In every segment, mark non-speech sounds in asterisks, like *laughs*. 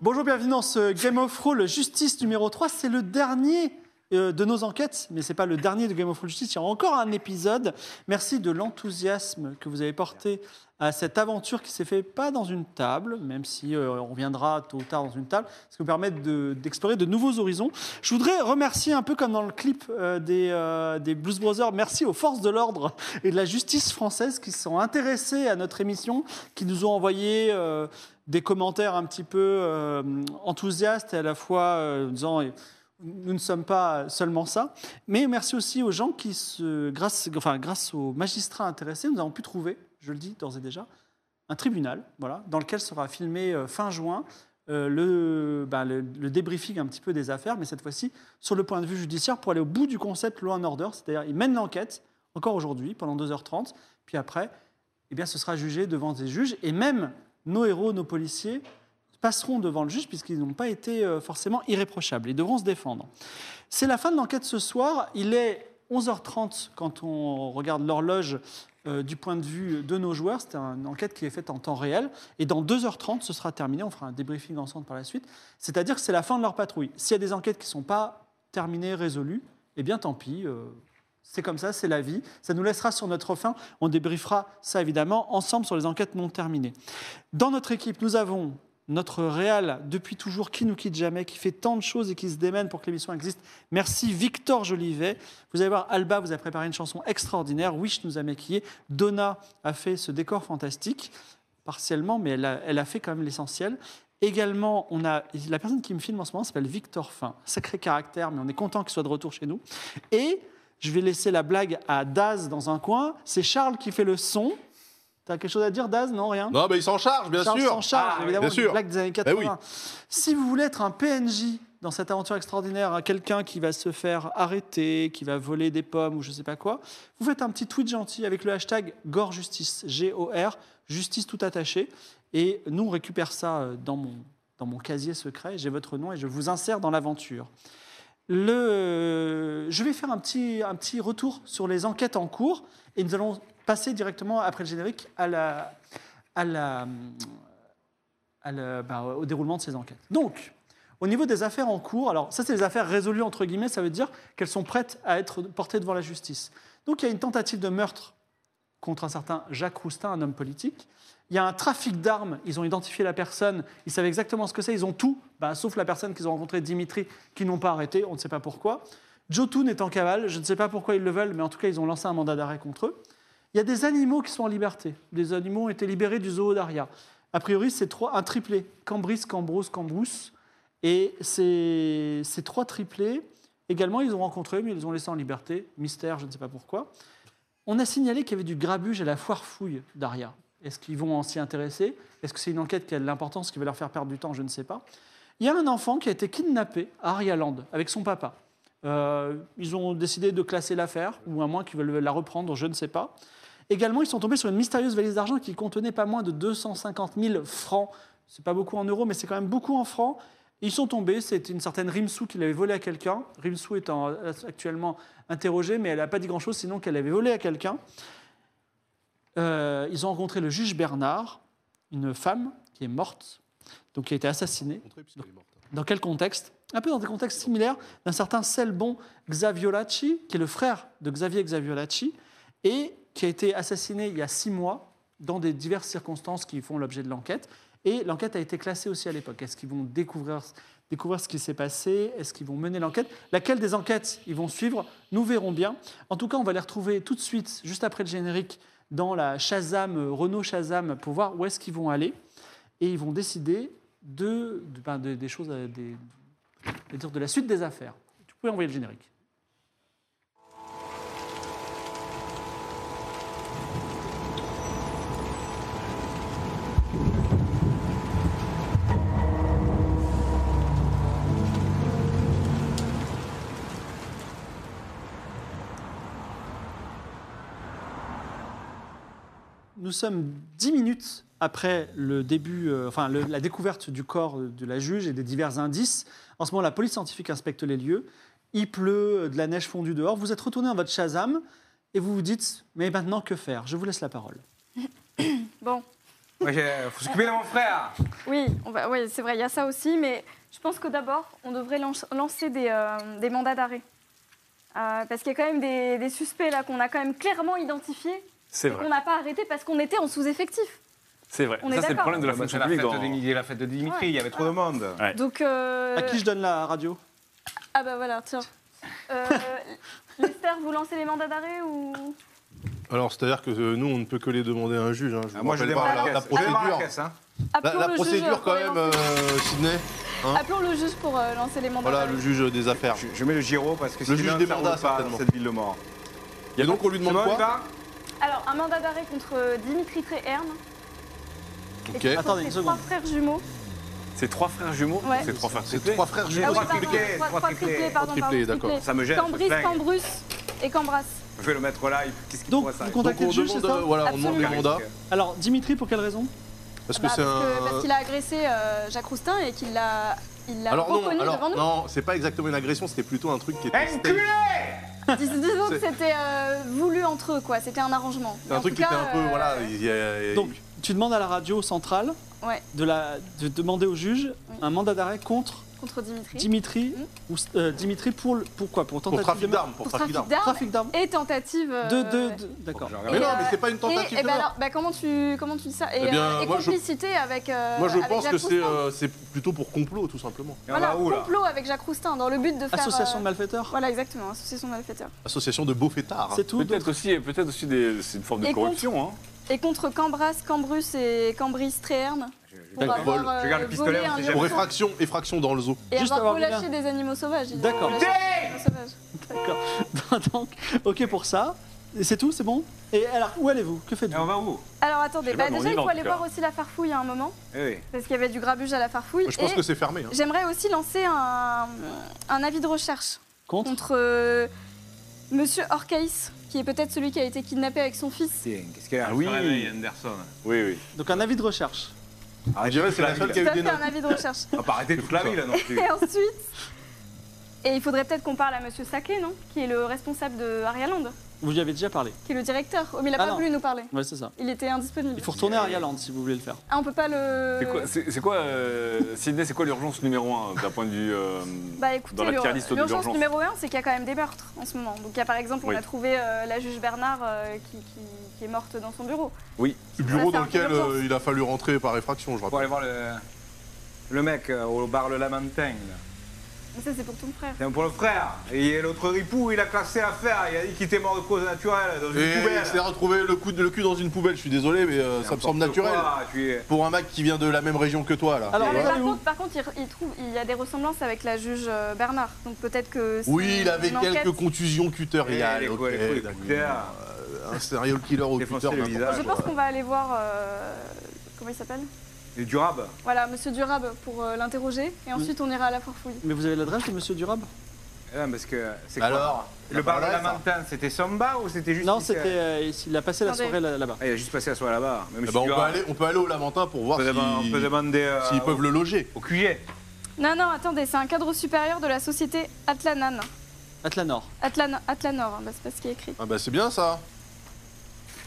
Bonjour, bienvenue dans ce Game of Roll Justice numéro 3. C'est le dernier euh, de nos enquêtes, mais c'est pas le dernier de Game of Roll Justice. Il y a encore un épisode. Merci de l'enthousiasme que vous avez porté à cette aventure qui s'est fait pas dans une table, même si euh, on reviendra tôt ou tard dans une table, ce qui vous permet de- d'explorer de, nouveaux horizons. Je voudrais remercier un peu comme dans le clip euh, des, euh, des Blues Brothers, merci aux forces de l'ordre et de la justice française qui se sont intéressées à notre émission, qui nous ont envoyé euh, des commentaires un petit peu euh, enthousiastes et à la fois euh, en disant euh, nous ne sommes pas seulement ça. Mais merci aussi aux gens qui, se, grâce, enfin, grâce aux magistrats intéressés, nous avons pu trouver, je le dis d'ores et déjà, un tribunal voilà, dans lequel sera filmé euh, fin juin. euh, le, bah, le, le débriefing un petit peu des affaires, mais cette fois-ci sur le point de vue judiciaire pour aller au bout du concept law and order, c'est-à-dire ils mènent l'enquête encore aujourd'hui pendant 2h30, puis après eh bien, ce sera jugé devant des juges. Et même nos héros, nos policiers, passeront devant le juge puisqu'ils n'ont pas été euh, forcément irréprochables. Ils devront se défendre. C'est la fin de l'enquête ce soir. Il est 11h30 quand on regarde l'horloge euh, du point de vue de nos joueurs. C'est une enquête qui est faite en temps réel. Et dans 2h30, ce sera terminé. On fera un débriefing ensemble par la suite. C'est-à-dire que c'est la fin de leur patrouille. S'il y a des enquêtes qui ne sont pas terminées, résolues, eh bien tant pis. euh, c'est comme ça, c'est la vie. Ça nous laissera sur notre fin. On débriefera ça évidemment ensemble sur les enquêtes non terminées. Dans notre équipe, nous avons notre Réal, depuis toujours, qui nous quitte jamais, qui fait tant de choses et qui se démène pour que l'émission existe. Merci Victor Jolivet. Vous allez voir, Alba vous a préparé une chanson extraordinaire. Wish nous a maquillés. Donna a fait ce décor fantastique, partiellement, mais elle a, elle a fait quand même l'essentiel. Également, on a la personne qui me filme en ce moment s'appelle Victor Fin. Sacré caractère, mais on est content qu'il soit de retour chez nous. Et je vais laisser la blague à Daz dans un coin. C'est Charles qui fait le son. T'as quelque chose à dire, Daz Non, rien Non, mais il s'en charge, bien Charles sûr. s'en charge, Ah, évidemment, bien une sûr. blague des années Ben 80. oui. Si vous voulez être un PNJ dans cette aventure extraordinaire, hein, quelqu'un qui va se faire arrêter, qui va voler des pommes ou je sais pas quoi, vous faites un petit tweet gentil avec le hashtag GORJustice, G-O-R, justice tout attaché, et nous on récupère ça euh, dans mon, dans mon casier secret, j'ai votre nom et je vous insère dans l'aventure. Le... Je vais faire un petit, un petit retour sur les enquêtes en cours et nous allons passer directement après le générique à la, à la, à la- bah, au déroulement de ces enquêtes. Donc, au niveau des affaires en cours, alors ça c'est les affaires résolues entre guillemets, ça veut dire qu'elles sont prêtes à être portées devant la justice. Donc il y a une tentative de meurtre contre un certain Jacques Roustin, un homme politique. Il y a un trafic d'armes, ils ont identifié la personne, ils savaient exactement ce que c'est, ils ont tout, bah, sauf la personne qu'ils ont rencontrée, Dimitri, qu'ils n'ont pas arrêté, on ne sait pas pourquoi. Jotun est en cavale, je ne sais pas pourquoi ils le veulent, mais en tout cas ils ont lancé un mandat d'arrêt contre eux. Il y a des animaux qui sont en liberté. Des animaux ont été libérés du zoo d'Aria. A priori, c'est trois- un triplé. Cambris, Cambros, Cambrousse. Et ces, ces trois triplés, également, ils ont rencontré, mais ils les ont laissés en liberté. Mystère, je ne sais pas pourquoi. On a signalé qu'il y avait du grabuge à la foire fouille d'Aria. Est-ce qu'ils vont en s'y intéresser Est-ce que c'est une enquête qui a de l'importance, qui va leur faire perdre du temps Je ne sais pas. Il y a un enfant qui a été kidnappé à Arialand avec son papa. Euh, ils ont décidé de classer l'affaire, ou à moins qu'ils veulent la reprendre, je ne sais pas. Également, ils sont tombés sur une mystérieuse valise d'argent qui contenait pas moins de 250 000 francs. C'est pas beaucoup en euros, mais c'est quand même beaucoup en francs. Ils sont tombés, c'était une certaine Rimsou qui l'avait volé à quelqu'un. Rimsou est en- actuellement interrogée, mais elle n'a pas dit grand-chose, sinon qu'elle avait volé à quelqu'un. Euh, ils ont rencontré le juge Bernard, une femme qui est morte, donc qui a été assassinée. Dans quel contexte Un peu dans des contextes similaires d'un certain Selbon Xaviolacci, qui est le frère de Xavier Xaviolacci, et qui a été assassiné il y a six mois dans des diverses circonstances qui font l'objet de l'enquête. Et l'enquête a été classée aussi à l'époque. Est-ce qu'ils vont découvrir, découvrir ce qui s'est passé Est-ce qu'ils vont mener l'enquête Laquelle des enquêtes ils vont suivre Nous verrons bien. En tout cas, on va les retrouver tout de suite, juste après le générique, dans la Shazam, euh, Renault Shazam, pour voir où est-ce qu'ils vont aller. Et ils vont décider de, de- ben, de- des choses, euh, des, je vais dire de la suite des affaires. Tu peux envoyer le générique. Nous sommes dix minutes après le début, euh, enfin le- la découverte du corps de la juge et des divers indices. En ce moment, la police scientifique inspecte les lieux. Il pleut, euh, de la neige fondue dehors. Vous êtes retourné en votre Shazam et vous vous dites Mais maintenant, que faire Je vous laisse la parole. Bon, Moi, j'ai- faut s'occuper de mon frère. Ah, oui, on va, oui, c'est vrai, il y a ça aussi, mais je pense que d'abord, on devrait lance- lancer des, euh, des mandats d'arrêt. Euh, parce qu'il y a quand même des, des suspects là qu'on a quand même clairement identifiés, C'est et vrai, qu'on n'a pas arrêté parce qu'on était en sous-effectif. c'est vrai. On est ça, c'est le d'accord. problème de la Bah, c'est fonction la fête publique. en- de Dimitri, la fête de Dimitri, il y avait trop de monde. Ouais. Donc. euh, À qui je donne la radio Ah bah voilà, tiens. Euh, Lester, vous lancez les mandats d'arrêt ou. Alors, c'est-à-dire que euh, nous, on ne peut que les demander à un juge. hein. Je Ah, vous moi, je rappelle démarre pas la la, la caisse. Je démarre la procédure. caisse, hein. La, Appelons la le juge procédure, pour quand les même, lancer. euh, Sydney. hein. Appelons le juge pour euh, lancer les mandats Voilà, d'arrêt. le juge des affaires. Je, je mets le giro parce que Ah. Le sinon, juge des ça roule mandats, pas dans certainement. cette ville de mort. Et donc, on lui C'est demande bon, quoi il va Alors, un mandat d'arrêt contre euh, Dimitri Tréherne Ok. et contre Attendez une ses seconde. trois frères jumeaux. C'est trois frères jumeaux Ouais. C'est trois frères C'est triplés trois frères Ah jumeaux. oui, Trois pardon. triplés. triplés, trois trois triplés, triplés. pardon, Trois pardon, triplés, triplés. d'accord. Ça me gêne, Cambris, ce flingue. Cambrus et Cambras. Je vais le mettre au live. Qu'est-ce qu'il Donc, croit, ça vous contactez Donc, on le juge, c'est demande, ça euh, voilà, on demande les Carré, mandats. parce que- Alors, Dimitri, pour quelle raison Parce que Bah, c'est parce que- parce qu'il un. a agressé euh, Jacques Roustin et qu'il l'a il l'a Alors, non, reconnu devant alors, nous. non, c'est pas exactement une agression, c'était plutôt un truc qui était. staged. Enculé Dis- Disons que C'est- c'était euh, voulu entre eux, quoi. C'était un arrangement. C'est Mais un en truc qui tout était cas, un peu. euh, Voilà. il y a- Donc, tu demandes à la radio centrale Ouais. de, la, de demander au juge Oui. un mandat d'arrêt contre Contre Dimitri. Dimitri, ou, euh, Dimitri pour, le- pour quoi Pour Pour tentative de trafic meurtre d'armes. Pour Pour trafic d'armes. Trafic d'armes. et tentative. euh, De, de, de- D'accord. Genre, Mais non, euh, mais c'est pas une Et, tentative et de bah meurtre. alors, bah comment tu comment tu dis ça Et, Eh bien, euh, et moi, je- complicité avec. euh, Moi, je avec pense Jacques que c'est Roustin. euh, c'est plutôt pour complot, tout simplement. Et on Voilà, va où, là complot avec Jacques Roustin dans le but de faire. Association euh, de malfaiteurs Voilà, exactement, association de malfaiteurs. Association de beaux fêtards. C'est tout. Peut-être aussi, peut aussi des- c'est une forme de Et contre- corruption. Hein. Et contre Cambras, Cambrus et Cambris Tréherne Je- je- pour D'accord. avoir Vol. euh, Je garde le pistolet, volé on un sait lion jamais. Pour effraction, effraction dans le zoo. et Juste avoir avoir vu relâché des animaux sauvages. ils ont D'accord. relâché des animaux sauvages. D'accord. *laughs* Donc, ok pour ça. Et C'est tout, c'est bon Et alors, où allez-vous Que Et faites-vous on va où Alors Je attendez, sais bah, pas, mais on déjà y il va, faut en aller tout cas. voir aussi la farfouille à un moment, Eh oui. parce qu'il y avait du grabuge à la farfouille. Je pense et que c'est fermé. hein. J'aimerais aussi lancer un, un avis de recherche Contre contre euh, Monsieur Orcaïs, qui est peut-être celui qui a été kidnappé avec son fils. Tiens, qu'est-ce qu'il y a Ah oui. Je te réveille, Anderson. Oui, oui. Euh. Donc, un avis de recherche. Arrêtez Ah, dirais toute c'est la seule ville. qui a eu Tout à des fait un notes. avis de recherche. On va pas arrêter toute la ville, non plus. Et ensuite. Et il faudrait peut-être qu'on parle à Monsieur Saké, non Qui est le responsable de Arialand, Vous y avez déjà parlé. qui est le directeur. Oh, mais il n'a Ah pas non. voulu nous parler. Ouais, c'est ça. Il était indisponible. Il faut retourner à Arialand si vous voulez le faire. Ah, on peut pas le. C'est quoi, c'est- c'est quoi, euh, Sydney, c'est quoi l'urgence numéro un d'un point de vue. euh, Bah écoutez, Dans la l'ur- tier list de l'urgence l'urgence. numéro un, c'est qu'il y a quand même des meurtres en ce moment. Donc il y a par exemple, on Oui. a trouvé euh, la juge Bernard euh, qui, qui- qui est morte dans son bureau. Oui. Le bureau Ça, c'est dans un lequel peu d'urgence. euh, il a fallu rentrer par effraction, je Pour rappelle. aller voir le, le mec euh, au bar Le Lamentin. là. Mais ça, c'est pour ton frère. C'est pour le frère. Et l'autre ripou, il a classé l'affaire. Il a dit qu'il était mort de cause naturelle dans une Et poubelle. c'est retrouvé le, coup de- le cul dans une poubelle, je suis désolé, mais euh, ça me semble N'importe naturel. quoi, tu es- Pour un mec qui vient de la même région que toi, là. Alors, Mais Tu vois par, allez où contre, par contre, il, re- il trouve, il y a des ressemblances avec la juge euh, Bernard. Donc peut-être que. si Oui, il avait on enquête- quelques contusions cutériales. Eh, les Ah, ok, coups, les coups, les d'accord. cutères. Euh, Un serial killer au Défoncer cutter, le n'importe visage. Je quoi. pense qu'on va aller voir. euh, comment il s'appelle Et durable. Voilà, monsieur Durab pour euh, l'interroger. Et ensuite, on ira à la farfouille. Mais vous avez l'adresse de Monsieur Durab Ouais, Eh parce que c'est Mais quoi Alors Le bar Le Lamentin, c'était son bar ou c'était juste. Non, ici, c'était. euh euh, ici, il a passé la Attendez. soirée là- là-bas. Ah, il a juste passé la soirée là-bas. Même Eh si ben, on, peut durable, aller, on peut aller au Lamentin pour on voir peut s'ils demander- on peut demander. euh, s'ils peuvent le loger. Au QG. Non, non, attendez, c'est un cadre supérieur de la société Atlanan. Atlanor. Atlan Atlanor, hein, bah, c'est pas ce qui est écrit. Ah bah c'est bien ça.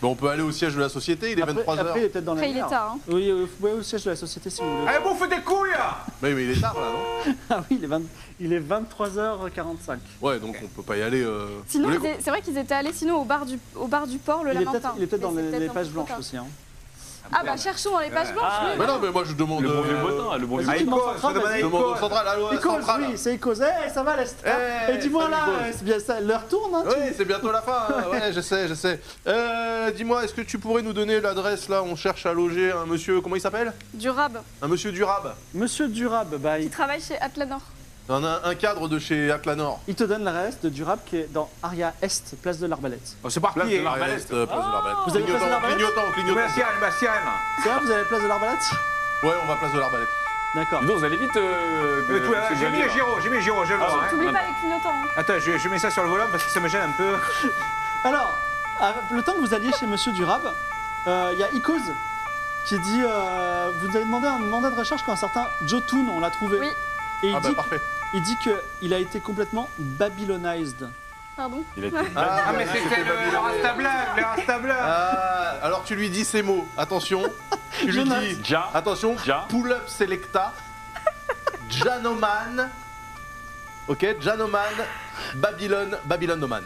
Ben, on peut aller au siège de la société, il est Après, 23h. après, il est peut-être dans la Après, il est lumière. tard. hein. Oui, euh, vous pouvez au siège de la société si vous voulez. Allez, Eh, bouffe des couilles hein. Mais, mais il est tard là, non Ah oui, il est, 20 il est 23h45. Ouais, donc on peut pas y aller. euh. Sinon, Vous ils voulez- étaient- c'est vrai qu'ils étaient allés sinon au bar du, au bar du port, le Il est Lamentin. peut-être il est hein. peut-être dans Mais c'est les, les peut-être un pages peu blanches tard. aussi. Hein. Ah bah cherchons dans les pages Ouais. blanches. Ah, oui. Mais Bah non, mais moi je demande. Le bon vieux euh, botin, le bon vieux vas-y. botin. Icos, Central, on va Je demander à demande au Icos. central, allô, à Écose, central. Ah, oui, c'est Écose. Eh, ça va, l'Est. Eh, Et dis-moi salut, là, Écose. euh, c'est bien ça, l'heure tourne. hein, tu- Oui, c'est bientôt la fin. hein. Ouais, je sais, je sais. Euh, Dis-moi, est-ce que tu pourrais nous donner l'adresse là On cherche à loger un monsieur, comment il s'appelle Durab, Un monsieur Durab. Monsieur Durab, bah, qui il- travaille chez Atlanor. T'en as un cadre de chez Aclanor. Il te donne l'adresse de Durab qui est dans Aria Est, place de l'Arbalète. Oh, c'est parti. Place de hein. l'arbalète. euh, Place de l'arbalète. Vous avez place de Clignotant, l'arbalète clignotant, clignotant. Bastien, Bastien. C'est vrai, vous avez place de l'Arbalète Ouais, on va place de l'arbalète. Ah, D'accord. Dis donc, vous allez vite. euh, Mais que- tout- hein. que J'ai Xavier, mis là. Giro, j'ai mis Giro, je le Ah, vois. hein. T'oublies pas les clignotants. hein. Attends, je, je mets ça sur le volume parce que ça me gêne un peu. Alors, à- le temps que vous alliez chez Monsieur Durab, euh, il y a Icos qui dit euh, Vous avez demandé un mandat de recherche quand un certain Jotun, on l'a trouvé. Oui. Et il Ah bah dit, parfait. il dit qu'il a été complètement babylonised. Pardon. Il a été Ah, Ah, mais voilà, c'était le, le Rasta Black, le Rasta Black. Ah, alors tu lui dis ces mots, attention. Tu lui Jonas. dis, Ja. attention, Ja. pull-up selecta, Janoman, ok, Janoman, Babylone, Babylonoman.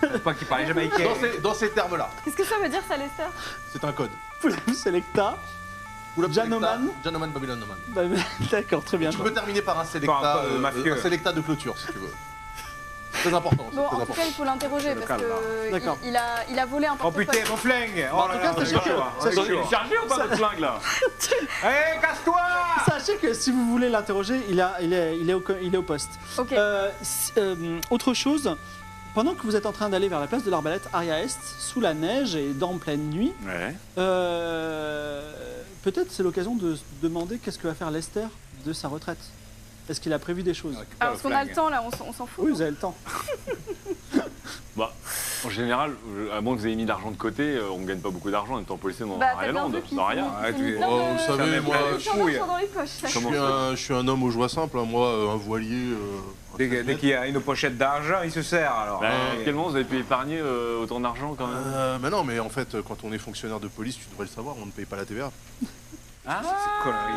Faut Pas qu'il parlait jamaïcain. Dans ces, dans ces termes-là, Qu'est-ce que ça veut dire, ça, Lester c'est un code. Vous Selecta. Pull-up selecta, Janoman. Janoman, Babylonoman. Bah, *laughs* D'accord, très bien. Tu peux terminer par un Par selecta, un code euh, mafieux. un selecta de clôture si tu *laughs* veux. Très important, c'est très Bon, en tout important. cas, il faut l'interroger parce calme, que D'accord. il, il a, il a volé un Oh portefeuille. putain, mon flingue. Oh en là tout là, cas, on est sachez que- chaud, hein, on est sachez- chaud. Il est chargé ou pas votre flingue là Eh, casse-toi Ah, Sachez que si vous voulez l'interroger, il, a- il est, il est au, co- il est au poste. Ok. Euh, s- euh, autre chose, pendant que vous êtes en train d'aller vers la place de l'Arbalète, Aria Est, sous la neige et dans pleine nuit, Ouais. Euh, peut-être c'est l'occasion de se demander qu'est-ce que va faire Lester de sa retraite. Est-ce qu'il a prévu des choses Alors, parce qu'on a le temps là, on, s'en- on s'en fout. Oui, vous avez le temps. Bah, en général, je- à moins que vous ayez mis de l'argent de côté, euh, on gagne pas beaucoup d'argent en étant policier dans Bah, t'as Arialand. bien vu qu'il Dans Aria. Ah, s'est mis tu- plein Oh, de- vous savez, moi, plein je- d'argent fouille. dans les poches. je Comment suis, un, je suis un homme aux joies simples, hein, moi, euh, un voilier. euh, un Dès, que- dès qu'il y a une pochette d'argent, il se sert alors. Ah, Bah, Ouais. quel moment vous avez pu épargner euh, autant d'argent quand même Euh, mais non, mais en fait, quand on est fonctionnaire de police, tu devrais le savoir, on ne paye pas la TVA. Ah, c'est connerie.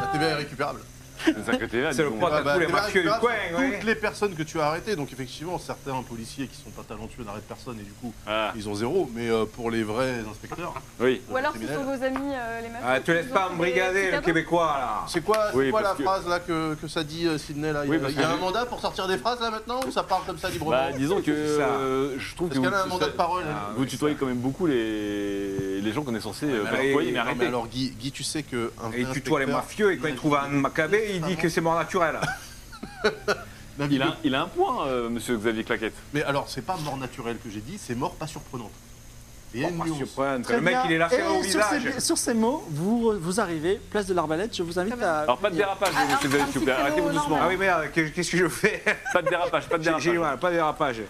La TVA est récupérable. C'est un côté là, C'est le disons. pote à bah, tous les TVA mafieux du récupérable sur coin, ouais. Toutes les personnes que tu as arrêtées, donc effectivement, certains policiers qui sont pas talentueux n'arrêtent personne et du coup, Ah, ils ont zéro. Mais euh, pour les vrais inspecteurs, oui. Ou alors, ce Criminel. sont vos amis, euh, les mafieux. Ah, tu laisses pas embrigader le Québécois là. c'est quoi, c'est Oui, quoi parce la que- phrase là que, que ça dit euh, Sydney là Il y Oui, a, parce il y a que- un mandat pour sortir des phrases là maintenant ou ça parle comme ça librement Bah, disons que C'est ça. euh, je trouve Parce que qu'elle a un vous- mandat de parole. elle. Ah, vous oui, tutoyez ça. quand même beaucoup les, les gens qu'on est censé euh, mais faire alors, employer, mais non, Non, arrêtez. mais alors Guy, Guy, tu sais que un vrai Et il tutoie les inspecteur mafieux et quand il trouve un macabé, il dit que c'est mort naturel. il, a, il a un point, euh, monsieur Xavier Claquette. Mais alors, c'est pas mort naturelle que j'ai dit, c'est mort pas surprenante. Et il y a une Oh, nuance. surprenante. Très Le mec, bien. il est lâché Et au sur visage. ces, sur ces mots, vous, vous arrivez, place de l'Arbalète, je vous invite à... Alors, pas de dérapage, Ah, monsieur un- Xavier, un s'il vous petit plaît. créneau Arrêtez-vous énorme. doucement. Ah oui, merde, qu'est- qu'est-ce que je fais Pas de dérapage, pas de J'ai- J'ai du dérapage. mal, pas de dérapage.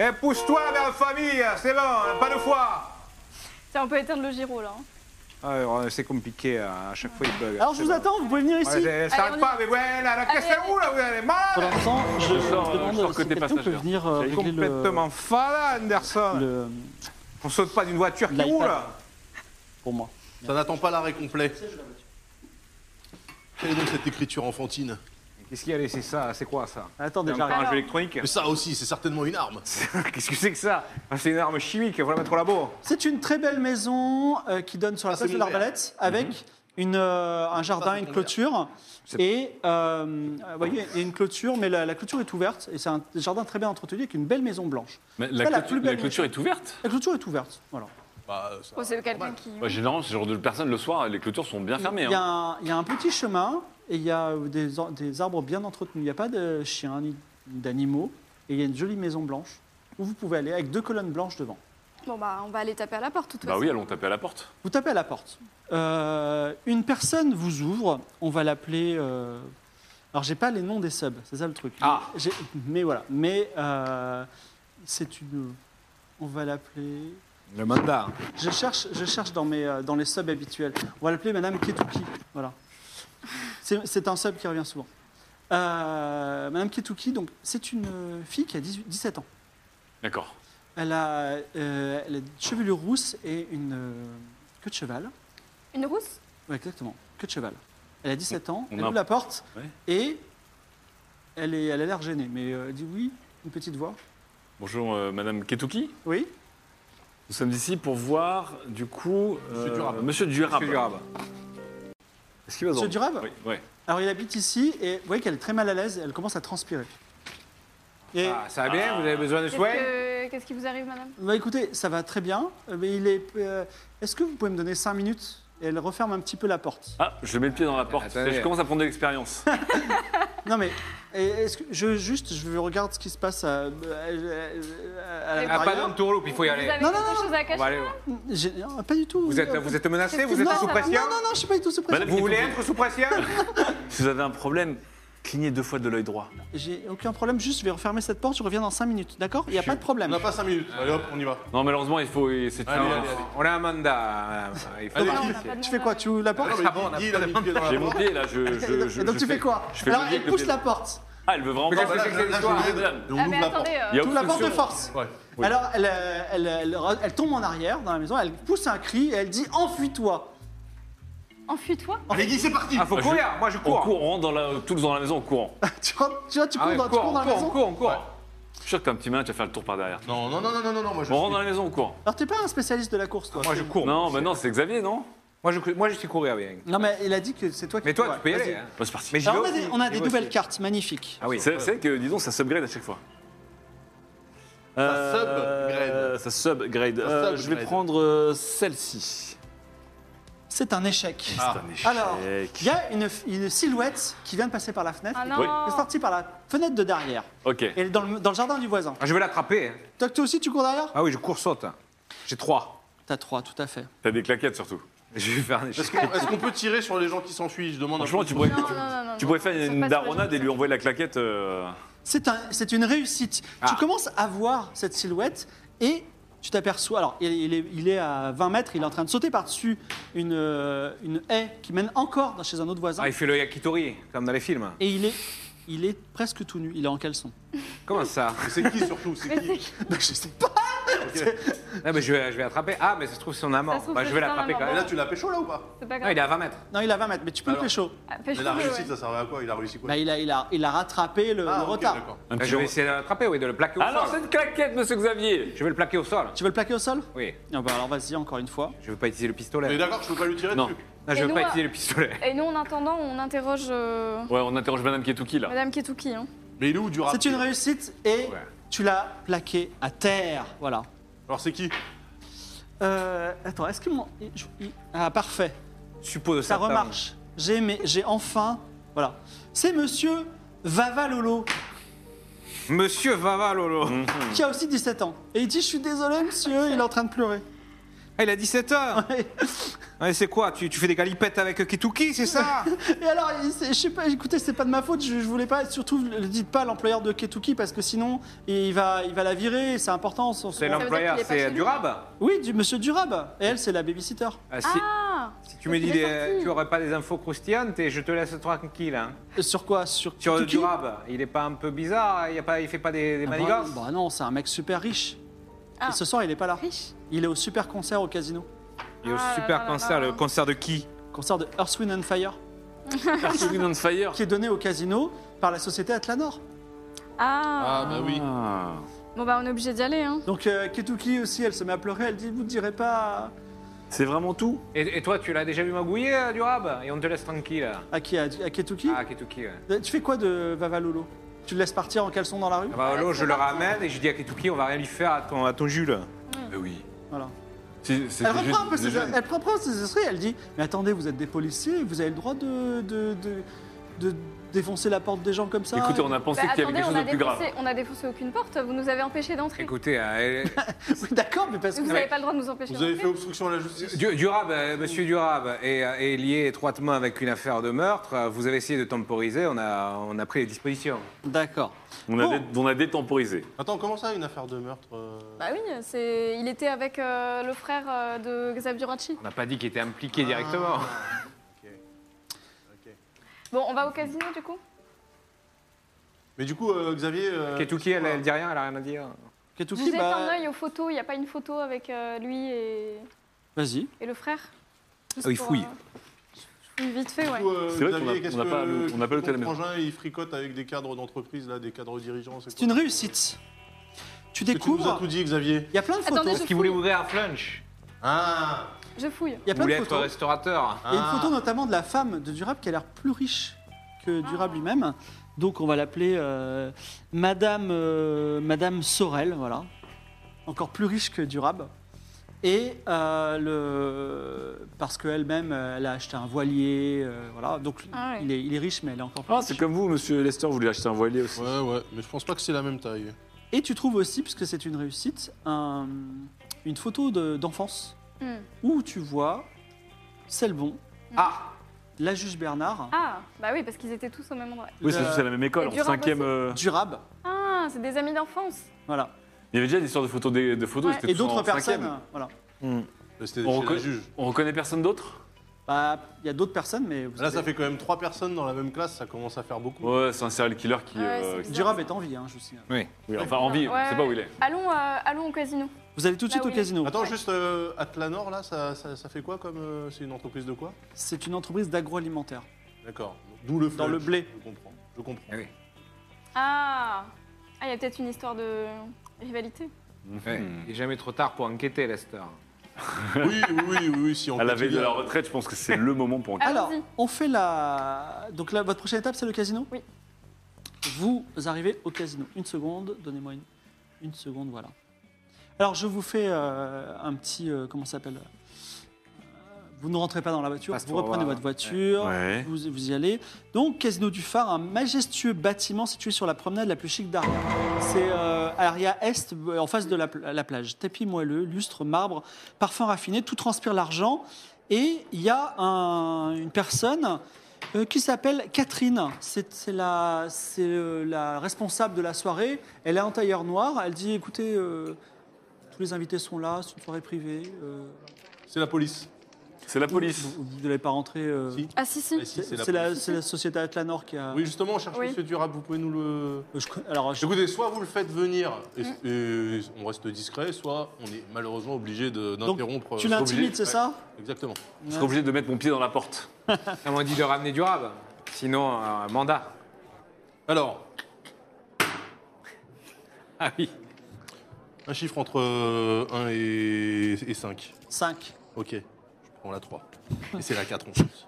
Eh, pousse-toi, mère de famille, c'est bon, hein, pas de foi. Tiens, on peut éteindre le giro là. hein. Alors, euh, c'est compliqué, hein, à chaque fois il bug. Alors je c'est vous bon. attends, vous pouvez venir ici. Ouais, ça Allez, on arrête y pas, va. mais ouais, là, la caisse Allez, est où, là, vous allez Pour mal l'instant, je, Je sors, demande je sors si côté quelqu'un peut passagère. venir euh, J'ai régler le- Complètement fade, Anderson. le, On saute pas d'une voiture qui l'iPad roule. pour moi. Ça n'attend pas l'arrêt complet. Quelle est donc cette écriture enfantine Qu'est-ce qu'il y a laissé ça C'est quoi ça Attendez, C'est j'arrive. un jeu Alors. électronique Mais ça aussi, c'est certainement une arme. Qu'est-ce que c'est que ça Ah, C'est une arme chimique, faut la mettre au labo. C'est une très belle maison euh, qui donne sur la Ah, place c'est de l'hiver. l'Arbalète Mhm. avec une, euh, un jardin, c'est une l'hiver. clôture. Et euh, vous voyez, il y a une clôture, mais la, la clôture est ouverte et c'est un jardin très bien entretenu avec une belle maison blanche. Mais Pas la, la clôture- plus belle la clôture est ouverte La clôture est ouverte. Voilà. Bah, euh, ça- Oh, c'est quelqu'un qui. bah, Généralement, ce genre de personnes, le soir, les clôtures sont bien fermées. Il y, a hein. un, il y a un petit chemin et il y a euh, des, ar- des arbres bien entretenus. Il n'y a pas de chiens ni d'animaux et il y a une jolie maison blanche où vous pouvez aller avec deux colonnes blanches devant. Bon, bah, on va aller taper à la porte, de toute Bah façon. oui, allons taper à la porte. Vous tapez à la porte. Euh, une personne vous ouvre. On va l'appeler. euh, Alors, j'ai pas les noms des subs, c'est ça le truc. Ah. J'ai- Mais voilà. Mais euh, c'est une. On va l'appeler. Le mandat. Je cherche, je cherche dans, mes, euh, dans les subs habituels. On va l'appeler Madame Ketuki. Voilà. C'est c'est un sub qui revient souvent. Euh, Madame Ketuki, donc, c'est une euh, fille qui a 18 17 ans. D'accord. Elle a, euh, elle a une chevelure rousse et une euh, queue de cheval. Une rousse Ouais, exactement, queue de cheval. Elle a 17 ans, on elle a- ouvre la porte Ouais. et elle, est, elle a l'air gênée, mais euh, elle dit oui, une petite voix. Bonjour, euh, madame Ketuki. Oui Nous sommes ici pour voir, du coup, euh, Monsieur Durab. Monsieur Durab. Est-ce qu'il va Monsieur dormir Durab Oui, ouais. Alors il habite ici et vous voyez qu'elle est très mal à l'aise, elle commence à transpirer. Et Ah, ça va bien Vous avez besoin de Qu'est-ce soins que- Qu'est-ce qui vous arrive, madame bah, écoutez, ça va très bien, euh, mais il est. euh, Est-ce que vous pouvez me donner 5 minutes Et elle referme un petit peu la porte. Ah, je mets le pied dans la porte. attendez. Je commence à prendre de l'expérience. Non mais et est-ce que je juste je regarde ce qui se passe à, à- à- à Ah, pas l'intérieur. dans le tourloupe, il faut y Vous aller. avez Non, non, quelque non. chose à cacher Ah, On va aller. J'ai- non, pas du tout. Vous êtes, vous êtes menacé Vous non, êtes sous pression Non non non, je suis pas du tout sous pression. Madame- Vous voulez être sous pression Si vous avez un problème, clignez deux fois de l'œil droit. J'ai aucun problème, juste je vais refermer cette porte, je reviens dans 5 minutes, d'accord Il y a pas de On problème. n'a pas 5 minutes. Allez hop, on y va. Non, malheureusement, il faut. et C'est Allez, une- allez, allez. On a un mandat. madame. Il faut Allez, pas- qui- Tu fais quoi Tu ouvres la porte Ah, mais Guy, il a mis le pied dans la J'ai porte. mon pied là, je. Et je- donc, je- et donc je tu fais- fais quoi je fais Alors le elle levier pousse que- la porte, Ah, elle veut vraiment Mais pas. qu'est-ce que c'est que cette Là, histoire je l'aide et on Ah, mais ouvre la porte. attendez, euh, Il y a tout la porte de obstruction. force. Ouais. Oui. Alors elle, euh, elle, elle, elle- elle tombe en arrière dans la maison, elle pousse un cri et elle dit enfuis-toi. Enfuis-toi. Allez Guy, c'est parti Ah, faut Ah, je- courir Moi, je On cours. court, on rentre dans la, tous dans la maison en courant. tu, rentres- tu vois, tu Ah cours ouais, dans, tu cours, cours dans la cours, maison. court, on court. Je suis sûr que t'as un petit malin, tu vas faire le tour par derrière. Non, non, non, non, non, non, non, moi je On rentre dans suis- la maison en courant. Alors t'es pas un spécialiste de la course toi. Moi, je cours. Non, bah non, c'est Xavier, non Moi, je, moi, je suis courir avec. Non mais il a dit que c'est toi qui. Mais toi, Ouais, tu peux y vas-y. aller. hein. Bah, c'est parti. Mais j'y Alors, on vais a des, aussi, on a j'y des vais nouvelles aussi. cartes magnifiques. Ah oui. C'est c'est vrai que, disons, ça subgrade à chaque fois. subgrade. Euh, Ça subgrade. Ça Euh, subgrade. je vais prendre euh, celle-ci. C'est un échec. Ah. C'est un échec. Alors, il y a une, f- une silhouette qui vient de passer par la fenêtre. Ah Elle non. Oui. est sortie par la fenêtre de derrière. Ok. Et elle est dans le, dans le jardin du voisin. Ah, je vais l'attraper. hein. Toi, toi aussi, tu cours derrière Ah oui, je cours saute. J'ai trois. T'as trois, tout à fait. T'as des claquettes *laughs* surtout. Je vais faire un échec. Est-ce qu'on est-ce qu'on peut tirer sur les gens qui s'enfuient Je demande un Franchement, peu. tu pourrais, Non, non, non, non, tu pourrais non, faire ils sont une pas sur les daronnade et lui envoyer la claquette. euh, C'est un- c'est une réussite. Tu commences à voir cette silhouette et tu t'aperçois. Alors, il, il est, il est à 20 mètres, il est en train de sauter par-dessus une, euh, une haie qui mène encore dans- chez un autre voisin. Ah, il fait le yakitori, comme dans les films. Et il est, il est presque tout nu, il est en caleçon. *laughs* Comment ça C'est qui surtout C'est qui Bah, je sais pas. Ah, mais je, vais- je vais attraper. Ah, mais ça se trouve, c'est en Ça amant. se trouve, Bah, je c'est vais ça, l'attraper en quand Et même. là, tu l'as pécho là ou pas C'est pas Non, grave. il est à 20 mètres. Non, il a 20 mètres, mais tu peux Alors. le pécho. Ah, Mais pêche-le, la ouais. réussite, ça servait à quoi Il a réussi quoi Bah, il, a, il, a, il a rattrapé le, Ah, le ok, retard. d'accord. un Bah, petit je vais re- essayer de l'attraper, oui, de le plaquer au Ah non, c'est sol. une claquette, monsieur Xavier Je vais le plaquer au sol. Tu veux le plaquer au sol Oui. Ah bah, Alors vas-y, encore une fois. Je veux pas utiliser le Mais pistolet. d'accord, je peux pas lui tirer Non. dessus. Non, je Et veux nous, pas à- utiliser le *laughs* pistolet. Et nous, en attendant, on interroge euh, Ouais, on interroge Madame Ketuki *laughs* là. Madame Ketuki. hein. Mais il est où du rap C'est une réussite et Ouais. tu l'as plaqué à terre. Voilà. Alors c'est qui Euh, attends, est-ce que mon. je- il- Ah, parfait. Suppose Ça remarche. J'ai aimé- j'ai enfin. Voilà. C'est monsieur Vavalolo, Monsieur Vava Lolo. Mmh. qui a aussi 17 ans. Et il dit Je suis désolé, monsieur, il est en train de pleurer. Ah, il a 17 heures. Ouais, c'est quoi tu, tu fais des galipettes avec Kituki, *laughs* c'est ça Et alors, il- c'est- je sais pas, écoutez, c'est pas de ma faute, je, je voulais pas. Surtout, ne dites pas à l'employeur de Ketuki, parce que sinon, il va, il va la virer, et c'est important. son- son- C'est veut dire l'employeur, qu'il est pas chez c'est lui. durable. Oui, du monsieur Durab. Et elle, c'est la babysitter. Ah, si, Ah si tu me il dis, est des- sorti. tu aurais pas des infos croustillantes et je te laisse tranquille. Hein. Et Euh, Sur quoi Sur Sur Ketuki Durab, il est pas un peu bizarre Il y a pas, il fait pas des, des Ah bah, manigances bah non, c'est un mec super riche. Ah. Et ce soir, il est pas là. Riche. Il est au super concert au casino. Il y a Ah là le super là là concert, là. le concert de qui Concert de Earth, Wind and Fire, Ah, Earth, Wind and Fire. qui est donné au casino par la société Atlanor. Ah, Ah bah oui. Ah. Bon, bah, on est obligé d'y aller. Hein. Donc euh, Ketuki aussi, elle se met à pleurer. Elle dit Vous ne direz pas C'est vraiment tout et, et toi, tu l'as déjà vu magouiller, euh, Durab Et on te laisse tranquille. à, qui, à, à Ketuki Ah, Ketuki, ouais. Euh, Tu fais quoi de Vavalolo Tu le laisses partir en caleçon dans la rue Ah bah, alors, je le ramène et je dis à Ketuki, on va rien lui faire à ton, à ton Jules. Mm. Mais Ah oui. Voilà. Si- c'était Elle reprend un peu juste ses, des jeunes. elle reprend ses esprits. Elle dit Mais attendez, vous êtes des policiers, vous avez le droit de. de, de, de défoncer la porte des gens comme ça Écoutez, on a pensé Bah, qu'il y avait quelque attendez, on chose a, de plus grave. défoncé, on a défoncé aucune porte, vous nous avez empêché d'entrer. Écoutez, euh, Oui, *laughs* D'accord, mais parce que. Vous n'avez pas le droit de nous empêcher Vous avez fait d'entrer. obstruction à la justice Du- Durab, euh, monsieur Durab, est, euh, est lié étroitement avec une affaire de meurtre. Euh, Vous avez essayé de temporiser, on a, on a pris les dispositions. D'accord. On a, Bon. dé- on a détemporisé. Attends, comment ça une affaire de meurtre euh Bah oui, c'est... il était avec euh, le frère euh, de Xabdurachi. On n'a pas dit qu'il était Ah. *laughs* impliqué directement. Bon, on va au casino du coup Mais du coup, euh, Xavier. euh, Ketuki, elle, elle dit rien, elle a rien à dire. Vous Ketuki, jetez bah, un œil aux photos, il n'y a pas une photo avec euh, lui et, Vas-y. et le frère Juste Ah, il pour, fouille. euh, je fouille vite fait, du ouais. coup, euh, C'est vrai Xavier, qu'on a- qu'est-ce on a que- pas le- on qu'est-ce a pas que le ton télémètre. frangin, il fricote avec des cadres d'entreprise, là, des cadres dirigeants. C'est une réussite. Tu Tu nous as découvres. tout dit, Xavier. Il y a plein de Attendez, photos. je Est-ce qu'il fouille. voulait ouvrir un flunch Ah Je fouille. Il y a Vous plein voulez de être photos. Ah. restaurateur Il y a Ah. une photo notamment de la femme de Durab qui a l'air plus riche que Ah. Durab lui-même. Donc on va l'appeler euh, Madame, euh, Madame Sorel, voilà. Encore plus riche que Durab. Et euh, le... parce qu'elle-même, euh, elle a acheté un voilier. euh, voilà. Donc, Ah ouais. il, est, il est riche, mais elle est encore plus Ah, riche. c'est comme vous, monsieur Lester, vous voulez acheter un voilier aussi. Ouais, ouais, mais je pense pas que c'est la même taille. Et tu trouves aussi, puisque c'est une réussite, un- une photo de- d'enfance Hmm. où tu vois Selbon, Ah la juge Bernard, Ah, bah oui, parce qu'ils étaient tous au même endroit. Oui, c'est le- c'est la même école, Et en Durand cinquième. aussi. euh, Durab. Ah, c'est des amis d'enfance. Voilà. Il y avait déjà des histoires de photos, des, de photos. Ouais. c'était Et tous en d'autres personnes. cinquième. euh, Voilà. Hmm. Mais C'était On chez la reconnaît- juge. On reconnaît personne d'autre Bah, il y a d'autres personnes, mais. vous Là, ça savez, fait quand même trois personnes dans la même classe, ça commence à faire beaucoup. Ouais, c'est un serial killer qui. Ouais, euh, c'est bizarre. Durab est en vie, hein, je vous signale. oui, enfin, en vie, Ouais. on sait pas où il est. Allons, euh, allons au casino. Vous allez tout de Là suite où au il est. casino. Attends, juste euh, Atlanor, là, ça, ça, ça fait quoi comme. euh, c'est une entreprise de quoi C'est une entreprise d'agroalimentaire. D'accord. D'où le flunch. Dans le blé. Je comprends. Je comprends. Ah, Ah, il y a peut-être une histoire de rivalité. Ouais, Il est jamais trop tard pour enquêter, Lester. oui, oui, oui, oui, oui, si on À la veille continue, de la alors. retraite, je pense que c'est le *laughs* moment pour. Allons-y. Alors, on fait la. Donc, là, votre prochaine étape, c'est le casino Oui. Vous arrivez au casino. Une seconde, donnez-moi une... une seconde, voilà. Alors, je vous fais euh, un petit. euh, comment ça s'appelle Euh, Vous ne rentrez pas dans la voiture, Passe vous pour reprenez voir. votre voiture, Ouais. vous, vous y allez. Donc, Casino du Phare, un majestueux bâtiment situé sur la promenade la plus chic d'Aria. C'est euh, Aria Est, euh, en face de la, pl- la plage. Tapis moelleux, lustre, marbre, parfum raffiné, tout transpire l'argent. Et il y a un- une personne euh, qui s'appelle Catherine. C'est c'est la, c'est, euh, la responsable de la soirée. Elle est en tailleur noir. Elle dit, écoutez, euh, tous les invités sont là, c'est une soirée privée. euh, C'est la police. C'est la police. Vous ne devez pas rentrer... euh, Si. Ah, si, si. Ah, si, C'est c'est la c'est la, police. c'est la société Atlanor qui a... Oui, justement, on cherche Oui. Monsieur Durab, vous pouvez nous le. Je con- alors, je- Écoutez, soit vous le faites venir et, Mm. et on reste discret, soit on est malheureusement obligé de- d'interrompre. tu euh, l'intimides, obligé. c'est ça Ouais, Exactement. Je serais obligé de mettre mon pied dans la porte. Ça m'a dit de ramener Durab. Sinon, euh, mandat. Alors, Ah oui. un chiffre entre euh, 1 et, 5. 5. Ok, je prends la 3. Et c'est la 4, on pense.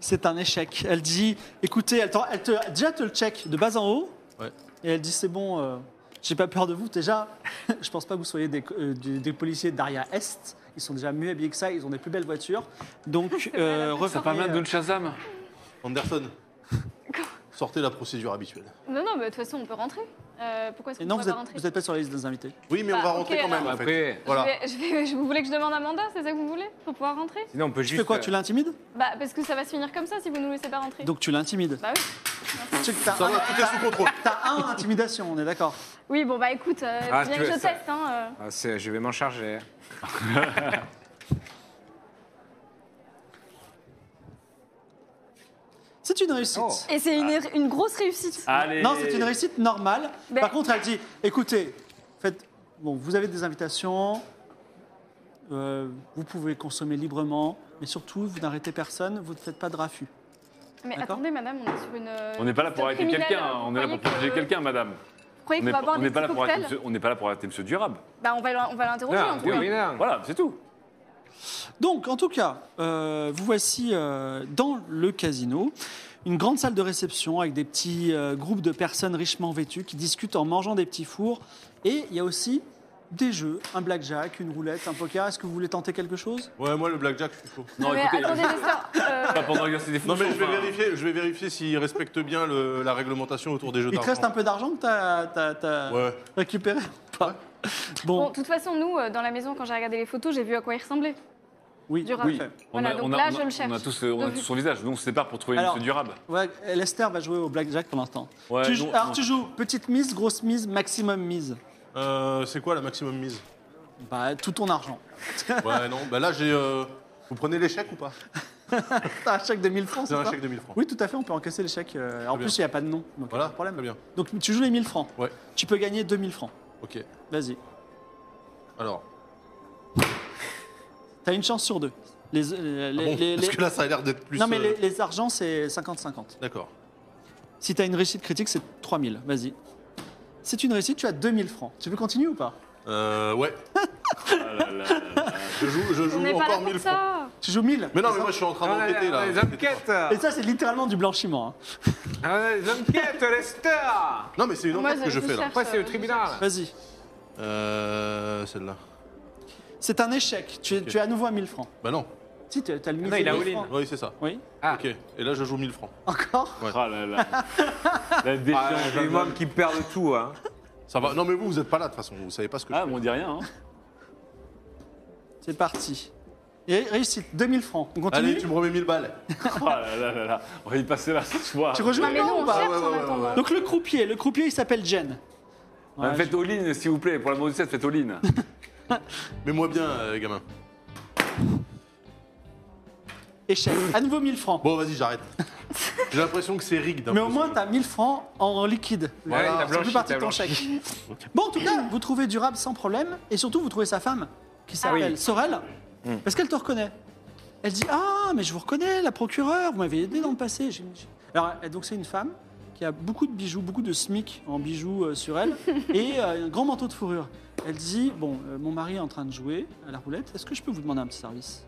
C'est un échec. Elle dit, écoutez, elle, t'en- elle te, déjà te le check de bas en haut. Ouais. Et elle dit, c'est bon, euh, j'ai pas peur de vous. Déjà, *laughs* je pense pas que vous soyez des, euh, des- des policiers d'Aria Est. Ils sont déjà mieux habillés que ça, ils ont des plus belles voitures. Donc, euh, T'as pas mal de Shazam *laughs* Anderson, sortez la procédure habituelle. Non, non, mais de toute façon, on peut rentrer. Euh, pourquoi est-ce Et qu'on non, peut vous pas êtes, rentrer vous êtes pas sur la liste des invités. Oui, mais Bah, on va ok, rentrer quand même. Bah, en fait. Après, Voilà. Je vais- je vais- *laughs* je- vous voulez que je demande un mandat, c'est ça que vous voulez Pour pouvoir rentrer sinon on peut Tu juste. fais quoi Tu l'intimides Bah, parce que ça va se finir comme ça si vous nous laissez pas rentrer. Donc, tu l'intimides. Bah oui. Tu sais que t'as Ça un, va, tout est sous contrôle. t'as un intimidation, on est d'accord. Oui, bon, bah écoute, euh, Ah, bien tu que veux je ça. teste. Hein, euh. Ah, c'est- je vais m'en charger. C'est une réussite. Oh. Et c'est Ah. une, une grosse réussite. Allez Non, c'est une réussite normale. Ben- Par contre, elle dit écoutez, faites, bon, vous avez des invitations, euh, vous pouvez consommer librement, mais surtout, vous n'arrêtez personne, vous ne faites pas de raffut. mais d'accord. attendez, madame, on est sur une. euh, On n'est pas là pour stop arrêter criminel, quelqu'un, hein. hein. Vous on est là croyez pour protéger que- euh, quelqu'un, madame. Vous croyez On qu'on n'est va pas, boire on des n'est pas là petits pour arrêter cocktails monsieur, on n'est pas là pour arrêter monsieur Ah, Durab. Bah, on va, on va l'interroger Non, en tout cas. oui, non. Voilà, c'est tout. Donc, en tout cas, euh, vous voici euh, dans le casino. Une grande salle de réception avec des petits euh, groupes de personnes richement vêtues qui discutent en mangeant des petits fours. Et il y a aussi des jeux, un blackjack, une roulette, un poker. Est-ce que vous voulez tenter quelque chose Ouais, moi, le blackjack, je suis chaud. Non, mais écoutez, attendez, Nestor, euh, pas pendant l'exercice des Non, fonctions. mais je vais Bah. enfin. vérifier, je vais vérifier s'ils respectent bien le- la réglementation autour des jeux Il te d'argent. reste un peu d'argent que t'as as, Ouais. récupéré ou pas Bon, Bon, de toute façon, nous, euh, dans la maison, quand j'ai regardé les photos, j'ai vu à quoi il ressemblait. oui, Durable. oui. Oui, Voilà, donc là, je le cherche. On a tous, euh, on a Donc- tous son visage. Nous, on se sépare pour trouver Alors- monsieur Durab. Ouais, Lester va jouer au blackjack pour l'instant. Ouais, Tu non, joues- alors non. tu joues petite mise, grosse mise, maximum mise. Euh, c'est quoi la maximum mise Bah, tout ton argent. *laughs* Ouais, non, bah là, j'ai. euh, Vous prenez l'échec ou pas T'as un chèque de 1000 francs, C'est un ça chèque de 1000 francs. Oui, tout à fait, on peut encaisser le chèque. euh, En Très plus, il n'y a pas de nom. Donc, Voilà, pas de problème. très bien. Donc tu joues les 1000 francs. Ouais, Tu peux gagner 2000 francs. ok. Vas-y. Alors. T'as une chance sur deux. Les, euh, Ah les- bon, les- parce les- que là, ça a l'air d'être plus. non, mais euh, les, les argents, c'est 50-50. D'accord. Si t'as une réussite critique, c'est 3000. Vas-y. C'est une réussite, tu as 2000 francs. Tu veux continuer ou pas Euh, ouais. Ah là là là là. Je joue, je on joue n'est pas là encore pour 1000 francs. ça. Ah, Tu joues 1000 Mais non, mais moi, je suis en train On a- d'enquêter on a là. des Ah, enquêtes Et ça, c'est littéralement du blanchiment. hein. On a des enquêtes, Lester Non, mais c'est une Moi, enquête que je fais là. cherche, Ouais, c'est euh, le tribunal. Vas-y. Euh. Celle-là. C'est un échec. Tu, es- tu es à nouveau à 1000 francs. Bah non. Si, t'as t'as le Non, misé il a de all-in. francs. Oui, c'est ça. Oui, Ah. Ok. Et là, je joue 1000 francs. encore Ah là là. La défiance. Ah, j'ai d'un moi homme. qui perdent tout. Hein. Ça va. Non, mais vous, vous êtes pas là de toute façon. Vous savez pas ce que. Ah, mais on dit rien. Hein. C'est parti. Et réussite, 2000 francs. On continue Allez, tu me remets 1000 balles. Oh là là là là. On va y passer là ce soir. Tu rejoins Non, Ah, mais le nous, camp ou on hein. pas cherche ouais, en ouais, attendant. ouais, Donc le croupier, le croupier, il s'appelle Jen. Bah, Ouais, faites all-in, s'il vous plaît, pour la du 7, faites all-in. Mets-moi bien, euh, gamin. Échec. À nouveau 1000 francs. Bon, *laughs* vas-y, j'arrête. J'ai l'impression que c'est rigged. un Mais peu, au moins, ce t'as 1000 francs en liquide. Ouais, t'as c'est blanchi, plus partie t'as de ton chèque. Bon, en tout cas, vous trouvez durable sans problème. Et surtout, vous trouvez sa femme, qui Ah s'appelle Sorel. Hmm. Parce qu'elle te reconnaît. Elle dit Ah, mais je vous reconnais, la procureure, vous m'avez aidé dans le passé. J'ai- j'ai- Alors, euh, donc, c'est une femme qui a beaucoup de bijoux, beaucoup de SMIC en bijoux euh, sur *laughs* elle, et euh, un grand manteau de fourrure. Elle dit Bon, euh, mon mari est en train de jouer à la roulette, est-ce que je peux vous demander un petit service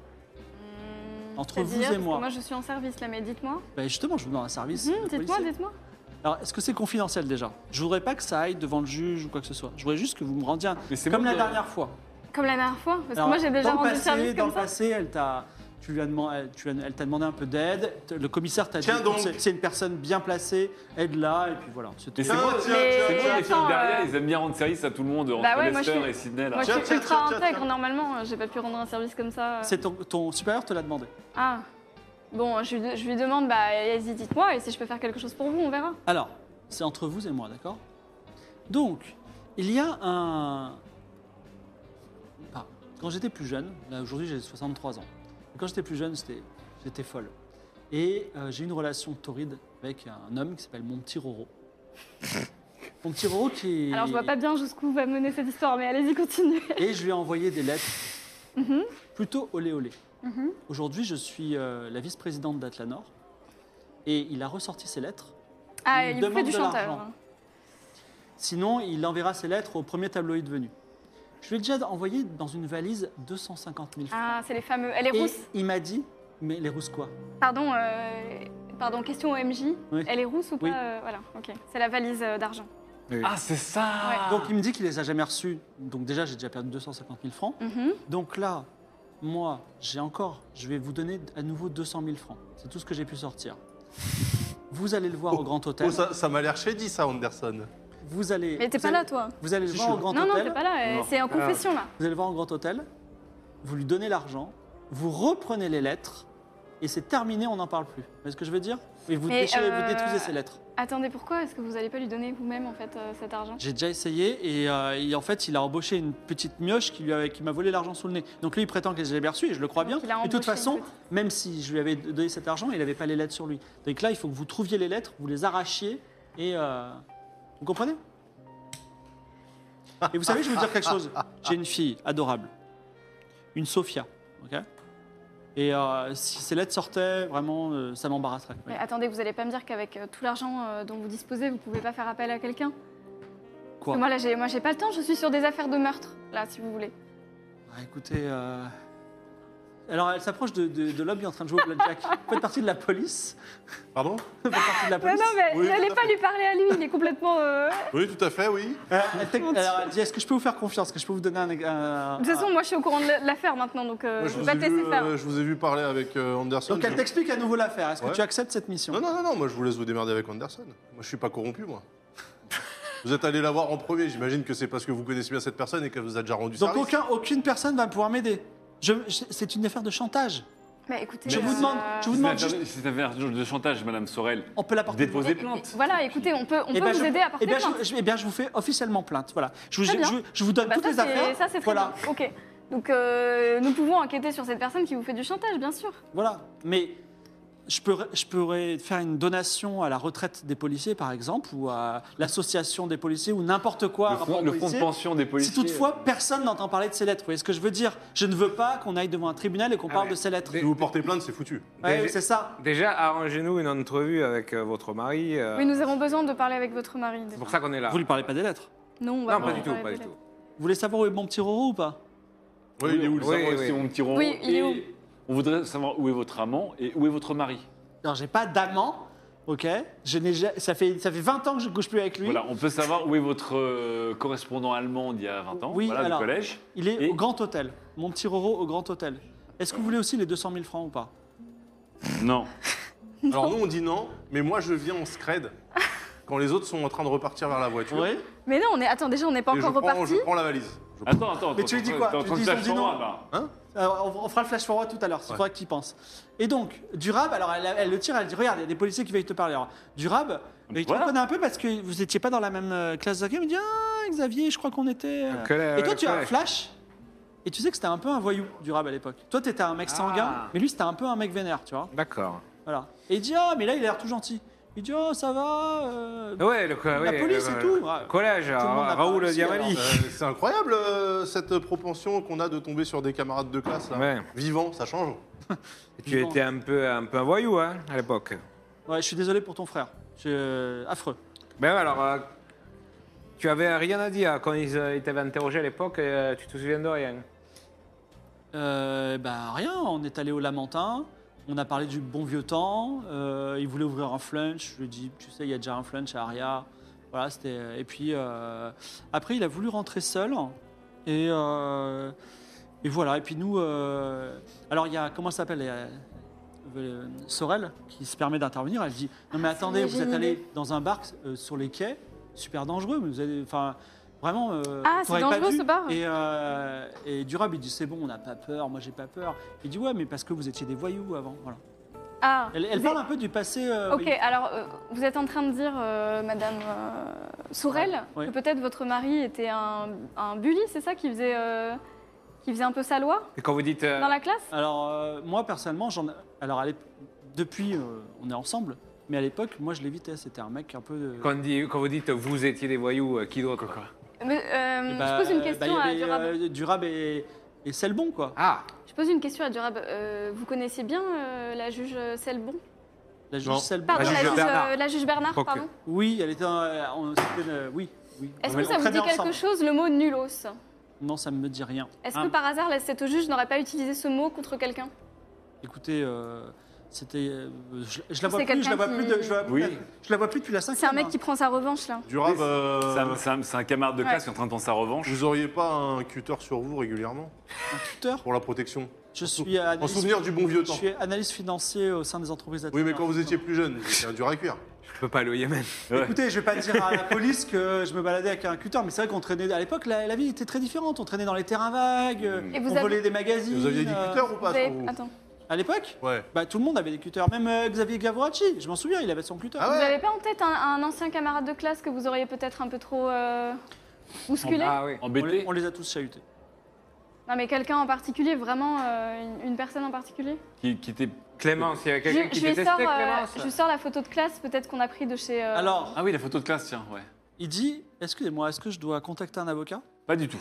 Entre C'est vous bizarre, et Hmm, parce que moi. Moi, je suis en service là, mais dites-moi. Ben, Justement, je vous demande un service. Hum, euh, dites-moi, policier. dites-moi. Alors, est-ce que c'est confidentiel déjà Je voudrais pas que ça aille devant le juge ou quoi que ce soit. Je voudrais juste que vous me rendiez un. Mais c'est Comme moi la qui- dernière fois. Comme la dernière fois, parce Alors, que moi, j'ai déjà dans rendu le passé, service Dans comme le ça. passé, elle t'a. Tu lui as demandé, elle- tu lui as- elle t'a demandé un peu d'aide. T- Le commissaire t'a dit Tiens écoute, donc. c'est- c'est une personne bien placée, aide-la, et puis voilà. c'est tout. Mais c'est Ah, moi, tiens, Mais- c'est Et moi, les filles attends, derrière, euh, ils aiment bien rendre service à tout le monde, entre Bah ouais, moi, Lester je suis- et Sydney. Là. Moi, je Tiens, suis tiens, ultra tiens, tiens, intègre, tiens. normalement, euh, j'ai pas pu rendre un service comme ça. euh. C'est ton, ton supérieur te l'a demandé. Ah. Bon, je lui, je lui demande, bah, allez-y, dites-moi, et si je peux faire quelque chose pour vous, on verra. Alors, c'est entre vous et moi, d'accord Donc, il y a un. Ah, quand j'étais plus jeune, là aujourd'hui j'ai 63 ans, mais quand j'étais plus jeune, c'était- j'étais folle. Et euh, j'ai eu une relation torride avec un homme qui s'appelle mon petit Roro. mon petit Roro qui. Alors, je vois pas bien jusqu'où va mener cette histoire, mais allez-y, continuez. Et je lui ai envoyé des lettres Mhm. plutôt olé olé. Aujourd'hui, je suis euh, la vice-présidente d'Atlanor et il a ressorti ses lettres Ah, Il il, me vous fait demande du de chantage. l'argent. hein. Sinon, il enverra ses lettres au premier tabloïd venu. Je lui ai déjà envoyé dans une valise 250 000 francs. Ah, c'est les fameux. Elle est Et rousse. il m'a dit, mais les rousses quoi Pardon, euh, pardon, question OMJ. Oui. Elle est rousse ou pas Oui. euh, Voilà, ok. C'est la valise euh, d'argent. Ah, c'est ça Donc il me dit qu'il les a jamais reçues. Donc déjà, j'ai déjà perdu 250 000 francs. Mhm. Donc là, moi, j'ai encore, je vais vous donner à nouveau 200 000 francs. C'est tout ce que j'ai pu sortir. Vous allez le voir au Grand truc. Hôtel. Oh, ça, ça m'a l'air shady, ça, Anderson. Vous allez. Mais t'es vous pas allez- là, toi. Vous allez le Si, voir je au suis Grand non, non, Hôtel. Ah. t'es pas là. euh, C'est en confession, là. Vous allez le voir au Grand Hôtel. Vous lui donnez l'argent. Vous reprenez les lettres. Et c'est terminé, on n'en parle plus. Vous voyez ce que je veux dire Et vous Mais, déchirez, euh, vous détruisez ces lettres. Attendez, pourquoi est-ce que vous allez pas lui donner vous-même, en fait, euh, cet argent J'ai déjà essayé et, euh, et en fait, il a embauché une petite mioche qui, lui a- qui m'a volé l'argent sous le nez. Donc lui, il prétend que je l'ai reçu et je le crois Donc, il a bien. Et de toute embauché une façon, petite- même si je lui avais donné cet argent, il n'avait pas les lettres sur lui. Donc là, il faut que vous trouviez les lettres, vous les arrachiez et. euh, vous comprenez Et vous savez, je vais vous dire quelque chose. J'ai une fille adorable, une Sophia, ok Et euh, si ces lettres sortaient, vraiment, euh, ça m'embarrasserait. Mais attendez, vous allez pas me dire qu'avec euh, tout l'argent euh, dont vous disposez, vous pouvez pas faire appel à quelqu'un Quoi Moi, là, j'ai, moi, j'ai pas le temps, je suis sur des affaires de meurtre, là, si vous voulez. Ah, écoutez, euh, alors elle s'approche de, de, de l'homme qui est en train de jouer au *laughs* blackjack. Vous faites partie de la police. Pardon Vous faites partie de la Non, police. non, mais Oui, n'allez tout à pas lui parler à lui, il est complètement. euh, Oui, tout à fait, oui. Euh, elle, te- alors, elle dit Est-ce que je peux vous faire confiance Est-ce que je peux vous donner un. un- De toute façon, moi, je suis au courant de l'affaire maintenant, donc euh, Moi, je je, vais vous pas ai te laisser vu, faire. euh, je vous ai vu parler avec euh, Anderson. Donc elle Je- t'explique à nouveau l'affaire. Est-ce que Ouais. tu acceptes cette mission Non, non, non, non, moi je vous laisse vous démerder avec Anderson. Moi je suis pas corrompu, moi. vous êtes allé la voir en premier, j'imagine que c'est parce que vous connaissez bien cette personne et qu'elle vous a déjà rendu Donc service. aucun, aucune personne va pouvoir m'aider. Je- je- C'est une affaire de chantage. Mais écoutez, Je vous euh, demande, je vous C'est demande un juste, c'est un verre de chantage, Madame Sorel. on peut la porter. Déposer plainte. Voilà, écoutez, on peut, on Eh peut ben, vous je- aider à porter eh ben, je- plainte. je- eh ben, je vous fais officiellement plainte. Voilà. Je vous, Très je- bien. je- je vous donne Bah, toutes ça, les c'est- affaires. ça, c'est très voilà. bien. Ok. Donc, euh, nous pouvons enquêter sur cette personne qui vous fait du chantage, bien sûr. Voilà. Mais je pourrais, je pourrais faire une donation à la retraite des policiers, par exemple, ou à l'association des policiers, ou n'importe quoi. Le un rapport fonds, le fonds de policier. pension des policiers. euh, Si toutefois personne n'entend parler de ces lettres, vous voyez ce que je veux dire Je ne veux pas qu'on aille devant un tribunal et qu'on Ah parle ouais. de ces lettres. Mais- Si vous portez plainte, c'est foutu. Ouais, mais- c'est ça. Déjà, arrangez-nous une entrevue avec euh, votre mari. euh, Oui, nous avons besoin de parler avec votre mari. C'est déjà. pour ça qu'on est là. Vous lui parlez pas des lettres. Non, on va Non, pas du tout, parler pas du de- tout. Vous voulez savoir où est mon petit Roro ou pas Oui, il est où le Oui, savon oui. C'est mon petit rond. Oui, il est où On voudrait savoir où est votre amant et où est votre mari. Non, j'ai pas d'amant. Ok, je n'ai ja- ça fait ça fait 20 ans que je couche plus avec lui. Voilà, on peut savoir où est votre euh, correspondant allemand d'il y a 20 ans, Oui, voilà, alors, du collège. Il est Et- au Grand Hôtel. Mon petit Roro au Grand Hôtel. Est-ce que vous voulez aussi les 200 000 francs ou pas Non. Alors nous on dit non, mais moi je viens en scred quand les autres sont en train de repartir vers la voiture. Oui. Mais non, on est... attends, déjà, on n'est pas Et je encore prends, reparti. je prends la valise. Je prends- Attends, attends. Mais attends, tu lui dis t'es quoi en Tu train de dis, ils ont dit flash non. forward, là. Alors, Euh, on, on fera le flash forward tout à l'heure, c'est Ouais. toi qui pense. Et donc, Durab, alors elle, elle le tire, elle dit Regarde, il y a des policiers qui veulent te parler. Alors, Durab, euh, il te Voilà. reconnaît un peu parce que vous n'étiez pas dans la même euh, classe de game. Il dit Ah, Xavier, je crois qu'on était. euh. collègue, Et toi, ouais, tu as un collègue. flash, et tu sais que c'était un peu un voyou, Durab, à l'époque. Toi, t'étais un mec sanguin, Ah. mais lui, c'était un peu un mec vénère, tu vois. D'accord. Voilà. Et il dit Ah, mais là, il a l'air tout gentil. Il dit Ah, ça va euh, Ah Ouais, le, co- La ouais, police le- et tout. le Ouais. Collège, le monde n'a pas Raoul réussi, Diamali. Euh, c'est incroyable euh, cette propension qu'on a de tomber sur des camarades de classe là. Ouais. Vivant, ça change. Tu Vivant. étais un peu, un peu un voyou hein, à l'époque. Ouais, je suis désolé pour ton frère. C'est euh, affreux. Ben ouais, alors, euh, tu avais rien à dire quand ils, euh, ils t'avaient interrogé à l'époque, euh, tu te souviens de rien. Euh, bah rien, on est allé au Lamentin, on a parlé du bon vieux temps, euh, il voulait ouvrir un flunch, je lui ai dit, tu sais, il y a déjà un flunch à Aria. Voilà, c'était... Et puis, euh, après, il a voulu rentrer seul, et, euh, et voilà, et puis nous... euh, alors, il y a, comment ça s'appelle euh, euh, Sorel, qui se permet d'intervenir, elle dit, non mais attendez, une vous êtes génie. allé dans un bar euh, sur les quais, super dangereux, mais vous avez... Enfin, vraiment... euh, Ah, c'est t'aurais pas dangereux, dû. ce bar Et, euh, et Durab, il dit c'est bon, on n'a pas peur, moi j'ai pas peur. Il dit ouais, mais parce que vous étiez des voyous avant. Voilà. Ah, Elle, elle vous parle êtes- un peu du passé. euh, Ok, voyou. alors euh, vous êtes en train de dire, euh, Madame euh, Sourel, Ouais. que peut-être votre mari était un, un bully, c'est ça, qui faisait, euh, qui faisait un peu sa loi Et quand vous dites. euh, dans la classe Alors euh, moi personnellement, j'en. Alors à l'ép- depuis, euh, on est ensemble. Mais à l'époque, moi je l'évitais. C'était un mec un peu. de- quand, dit- quand vous dites vous étiez des voyous, euh, qui d'autre Mais, euh, Et bah, Je pose une euh, bah, il question y à avait, Durab. euh, Durab et, et Selbon quoi. Ah Je pose une question à Durab. Euh, vous connaissez bien euh, la juge Selbon La juge Non. Selbon. Pardon, juge la juge, euh, Bernard. la juge Bernard, Ok. pardon. Oui, elle était. euh, on- c'était, euh, oui. oui. Est-ce On- que on ça vous traînait dit quelque ensemble. chose, le mot nulos Non, ça me dit rien. Est-ce Hein, que par hasard, la- cette juge n'aurait pas utilisé ce mot contre quelqu'un Écoutez, euh, c'était. euh, je, je la vois C'est plus. Je la quelqu'un vois plus. de- qui- je la vois plus- Oui. je la vois plus depuis la hein. 5 C'est un mec qui prend sa revanche, là. Durab, euh, C'est un- C'est un, c'est un camarade de Ouais. classe qui est en train de prendre sa revanche. vous auriez pas un cutter sur vous régulièrement tuteur. pour la protection Je suis En analyste- souvenir du bon vieux Je temps. suis analyste financier au sein des entreprises. à Oui, mais travers. quand vous étiez plus jeune, c'était un dur à cuire. Je peux pas aller au Yémen. Écoutez, je vais pas dire à la police que je me baladais avec un cutter, mais c'est vrai qu'on traînait. À l'époque, la, la ville était très différente. On traînait dans les terrains vagues, euh, Et vous on avez- volait des magazines. Vous aviez dit euh, cutter ou pas Vous avez- sur vous Attends. À l'époque, Ouais. bah, tout le monde avait des cutters. Même euh, Xavier Gavracci, je m'en souviens, il avait son cutter. Ah ouais Vous n'avez pas en tête un, un ancien camarade de classe que vous auriez peut-être un peu trop euh, bousculé Ah oui. on, Embêté les, on les a tous chahutés. Non, mais quelqu'un en particulier, vraiment euh, une, une personne en particulier qui, qui était... Clémence, il y avait je, quelqu'un qui je lui détestait sors, euh, Clémence je lui sors la photo de classe, peut-être qu'on a pris de chez. euh, Alors, Ah oui, la photo de classe, tiens, ouais. il dit Excusez-moi, est-ce que je dois contacter un avocat Pas du tout.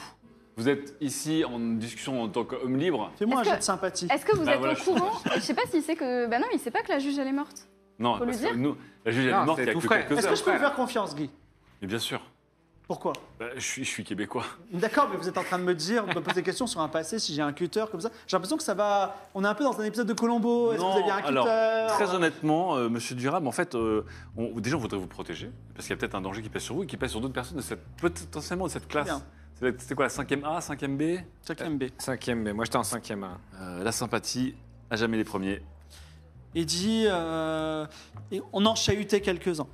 Vous êtes ici en discussion en tant qu'homme libre. Fais-moi un Est-ce jet que- de sympathie. Est-ce que vous Bah êtes voilà, au je- courant Je sais pas s'il sait que. Bah non, il sait pas que la juge, elle est morte. Non, Faut le parce dire. que nous, la juge elle Non, est morte c'est il y a tout que frais. quelques Est-ce heures. que je peux vous frère. faire confiance, Guy Mais bien sûr. Pourquoi Bah, je, suis, je suis québécois. D'accord, mais vous êtes en train de me dire, de me poser des questions sur un passé, si j'ai un cutter comme ça. J'ai l'impression que ça va. On est un peu dans un épisode de Colombo. Est-ce que vous Non, aviez un cutter alors, Très honnêtement, euh, monsieur Durab, en fait, euh, on- déjà, on voudrait vous protéger, parce qu'il y a peut-être un danger qui pèse sur vous et qui pèse sur d'autres personnes de cette, potentiellement de cette classe. Bien. C'est la- C'était quoi, la 5e A, 5e B Chacun B. Cinquième, mais moi j'étais en cinquième. hein. Euh, La sympathie, à jamais les premiers. Et dit. euh, et on en chahutait quelques-uns.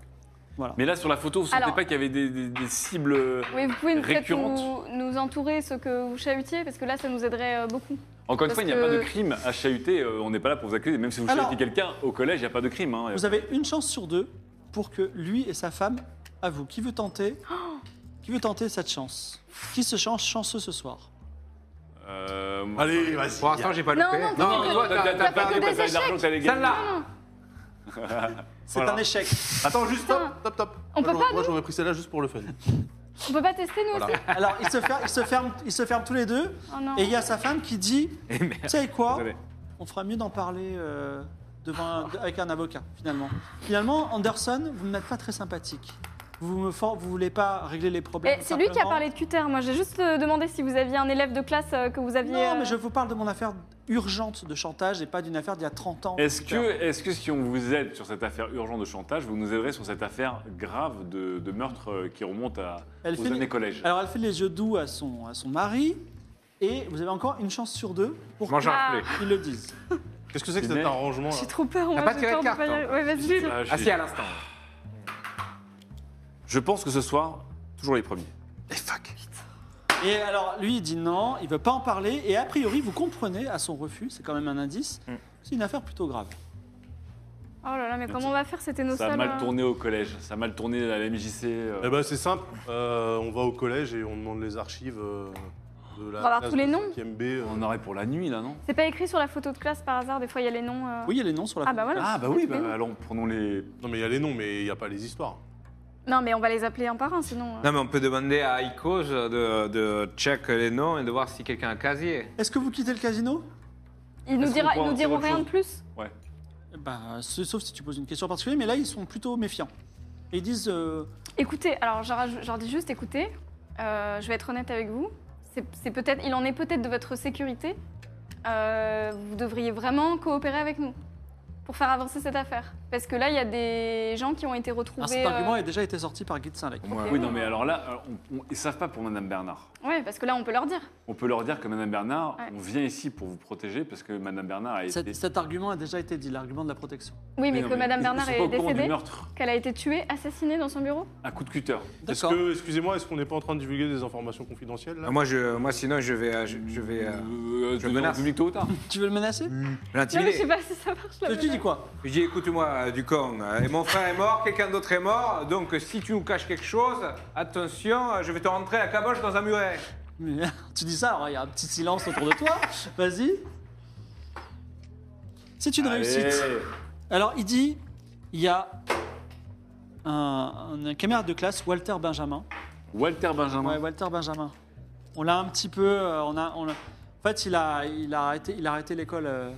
Mais là, sur la photo, vous ne sentez Alors- pas qu'il y avait des, des- des cibles euh, Oui, vous pouvez nous- peut-être Récurrente. nous, nous entourer ce que vous chahutiez, parce que là, ça nous aiderait euh, beaucoup. Encore une Parce fois, il n'y a que- pas de crime à chahuter. euh, on n'est pas là pour vous accuser. Même si vous Alors- chahutez quelqu'un au collège, il n'y a pas de crime. hein. Vous avez une chance sur deux pour que lui et sa femme avouent. Qui veut tenter Qui veut tenter cette chance Qui se change chanceux ce soir Euh, moi- Allez, vas-y. Pour l'instant, j'ai pas Non, loupé. non, Non, t'as- toi, t'as- t'as- t'as t'as pas fait de que des bataille d'argent que t'allais gagner. Celle-là C'est Voilà. un échec. Attends, juste Putain. top, top, top. On Moi, peut j'aurais- pas, Moi, j'aurais pris celle-là juste pour le fun. On peut pas tester, nous Voilà. aussi Alors, ils se, fer- ils, se ferment, ils se ferment tous les deux. Oh non. Et il y a sa femme qui dit Eh merde, Tu sais quoi désolé. On fera mieux d'en parler euh, devant un- de- avec un avocat, finalement. Finalement, Anderson, vous n'êtes pas très sympathique. Vous ne voulez pas régler les problèmes. Eh, C'est lui qui a simplement. parlé de cutter. Moi, j'ai juste euh, demandé si vous aviez un élève de classe euh, que vous aviez. Non, mais euh, je vous parle de mon affaire urgente de chantage et pas d'une affaire d'il y a 30 ans. Est-ce que, est que si on vous aide sur cette affaire urgente de chantage, vous nous aiderez sur cette affaire grave de, de meurtre euh, qui remonte à, Elle aux fait- années collège Alors, elle fait les yeux doux à son, à son mari. Et vous avez encore une chance sur deux pour Mange un Ah. poulet. qu'ils le disent. Qu'est-ce que c'est que C'est cet net. arrangement là J'ai trop peur, on T'as va pas j'ai tiré peur de de carte, pas y hein. aller. Ouais, vas-y. Ah, j'ai- Assis à l'instant. Je pense que ce soir, toujours les premiers. Et fuck. Et alors, lui, il dit non, il veut pas en parler. Et a priori, vous comprenez à son refus, c'est quand même un indice, Mm. c'est une affaire plutôt grave. Oh là là, mais comment on va faire C'était nos Ça a seuls. mal euh, tourné au collège, ça a mal tourné à la MJC. euh, Eh ben c'est simple, Euh, on va au collège et on demande les archives euh, de la On va avoir classe tous les de noms 5e B, euh. On aurait pour la nuit, là, non C'est pas écrit sur la photo de classe par hasard, des fois il y a les noms. euh. Oui, il y a les noms sur la Ah bah feuille. voilà. Ah bah oui, bah, Mais oui. alors prenons les... Non mais il y a les noms mais il n'y a pas les histoires. Non, mais on va les appeler un par un sinon. euh. Non, mais on peut demander à Icos de, de check les noms et de voir si quelqu'un a un casier. Est-ce que vous quittez le casino Ils nous, Est-ce qu'on dira, ils peut en nous dire diront autre rien de chose plus. bah, c'est- Sauf si tu poses une question particulière, mais là, ils sont plutôt méfiants. Et ils disent euh, Écoutez, alors je raj- je leur dis juste, écoutez, euh, je vais être honnête avec vous. C'est c'est peut-être, il en est peut-être de votre sécurité. Euh, vous devriez vraiment coopérer avec nous pour faire avancer cette affaire, parce que là il y a des gens qui ont été Alors, retrouvés. ah, cet argument euh, a déjà été sorti par Guy de Saint-Lec. Ok. Oui, non, mais alors là, alors, on- on- ils savent pas pour Madame Bernard. Ouais, parce que là on peut leur dire. On peut leur dire que Madame Bernard, Ouais. on vient ici pour vous protéger parce que Madame Bernard a été... Cet, cet argument a déjà été dit, l'argument de la protection. Oui, mais, non, que Madame ils- Bernard ils sont pas est au courant du décédée, meurtre qu'elle a été tuée, assassinée dans son bureau. à coup de Euh, cutter. Est-ce D'accord. que excusez-moi, est-ce qu'on n'est pas en train de divulguer des informations confidentielles là Ah, Moi, je, moi, sinon, je vais, euh, je, je vais euh, Euh, Je devant le menace. public tôt ou tard. Tu veux le menacer Mm. Non, mais je l'intimider. sais pas si ça marche. la Tu dis menace. quoi Je dis, écoute-moi, euh, Ducon, euh, et mon frère est mort, quelqu'un d'autre est mort, donc euh, si tu nous caches quelque chose, attention, euh, je vais te rentrer la caboche dans un muret. Mais, *laughs* Tu dis ça, alors, il y a un petit silence autour de toi. Vas-y. C'est une réussite. Allez. Alors, il dit il y a un, un camarade de classe, Walter Benjamin. Walter Benjamin. Ouais, Walter Benjamin. On l'a un petit peu. euh, on a, on l'a- En fait, il a, il a arrêté, il a arrêté l'école. euh,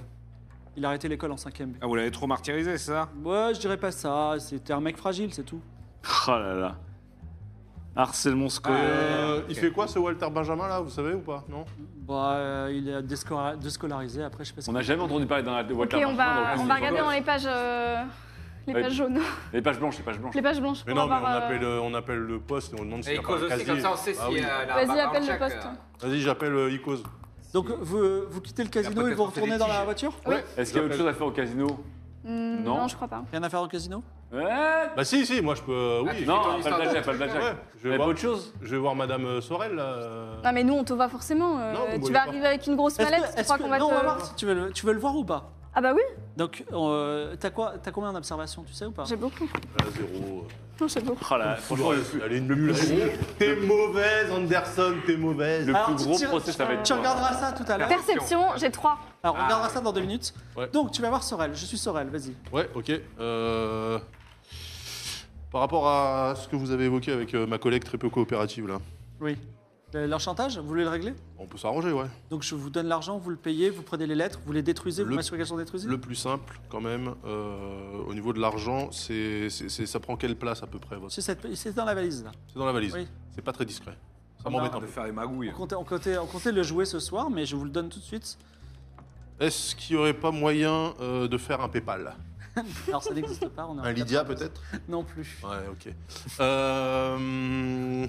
il a arrêté l'école en 5 B. Ah, vous l'avez trop martyrisé, c'est ça Ouais, je dirais pas ça. C'était un mec fragile, c'est tout. Oh là là. Harcèlement Ah, scolaire. Euh, ok. Il fait quoi ce Walter Benjamin là, vous savez ou pas Non Bah, euh, il est déscola- déscolarisé. Après, je sais pas. ce On n'a jamais entendu parler d'un de Ok, Walter on Benjamin. va, le on monde. va regarder dans les pages, euh, les Ouais. pages jaunes, *laughs* Les pages blanches, les pages blanches. les pages blanches. Mais pour non, mais on avoir, euh, appelle, euh, on appelle le poste et on demande s'il Et y a pas Icos un aussi, casier. comme ça on sait Ah Bah si. oui. euh, la Vas-y, barre appelle le check, poste. euh, Vas-y, j'appelle euh, Icos. Donc vous, vous quittez le casino et peut-être vous on fait retournez des dans la tiges. voiture Oui. Est-ce qu'il y a autre chose à faire au casino Hmm, Non. non. je crois pas. Rien à faire au casino Ouais. Bah si, si, moi je peux. euh, Ah, Eh, tu oui. fais ton Non, pas histoire le de blackjack, pas le truc, blackjack. Ouais, je vais Mais pas voir. autre chose Je vais voir Madame euh, Sorel là. euh. Non, mais nous, on te voit forcément. euh, Non, vous me tu voyez vas pas. arriver avec une grosse Est-ce que- mallette, tu est-ce crois que- qu'on va non, on va te. voir si tu veux le, tu veux le voir ou pas. Ah bah oui, Donc, euh, t'as quoi, t'as combien d'observations, tu sais ou pas j'ai beaucoup. Ah, zéro. Non, j'ai beaucoup. Oh là, franchement, le plus- Elle est nulle. T'es mauvaise, Anderson, t'es mauvaise. le Alors, plus tu gros tires- procès, ça va être. Tu toi. regarderas ça tout à l'heure. Perception, j'ai 3. Alors, on regardera ça dans deux minutes. Ouais. Donc, tu vas voir Sorel. Je suis Sorel, vas-y. Ouais, ok. Euh, Par rapport à ce que vous avez évoqué avec euh, ma collègue très peu coopérative là, Oui. Le- Leur chantage, vous voulez le régler on peut s'arranger, ouais. Donc, je vous donne l'argent, vous le payez, vous prenez les lettres, vous les détruisez, vous Le- m'assurez qu'elles sont détruisibles Le plus simple, quand même, euh, au niveau de l'argent, c'est, c'est- c'est- ça prend quelle place à peu près votre... C'est cette- C'est dans la valise, là. C'est dans la valise. Oui. C'est pas très discret. Ça Non. m'embête un De peu. faire des On magouilles. comptait, on, comptait, on comptait le jouer ce soir, mais je vous le donne tout de suite. Est-ce qu'il y aurait pas moyen euh, de faire un PayPal Alors, ça n'existe pas. On est en Un Lydia peut-être Non plus. Ouais, ok. Euh,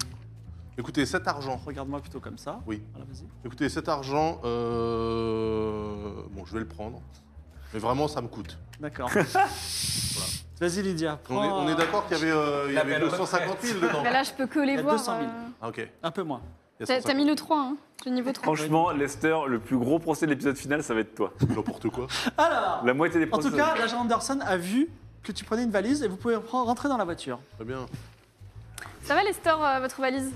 Écoutez, cet argent. Regarde-moi plutôt comme ça. Oui. Voilà, vas-y. Écoutez, cet argent, euh, bon, je vais le prendre. Mais vraiment, ça me coûte. D'accord. Vas-y, Lydia. On est, prends, on est euh, d'accord qu'il y avait, euh, il y La avait belle 250 000 dedans. Mais là, je peux que Il y les a voir. 200 000. euh. Ah, ok. Il Un peu moins. y a T'as- T'as 150 mis le 3, hein. J'ai niveau 3. Franchement, Lester, le plus gros procès de l'épisode final, ça va être toi. 000, N'importe quoi. Alors, La moitié des en procès. tout cas, l'agent Anderson a vu que tu prenais une valise et vous pouvez re- rentrer dans la voiture. Très bien. Ça va, Lester, euh, votre valise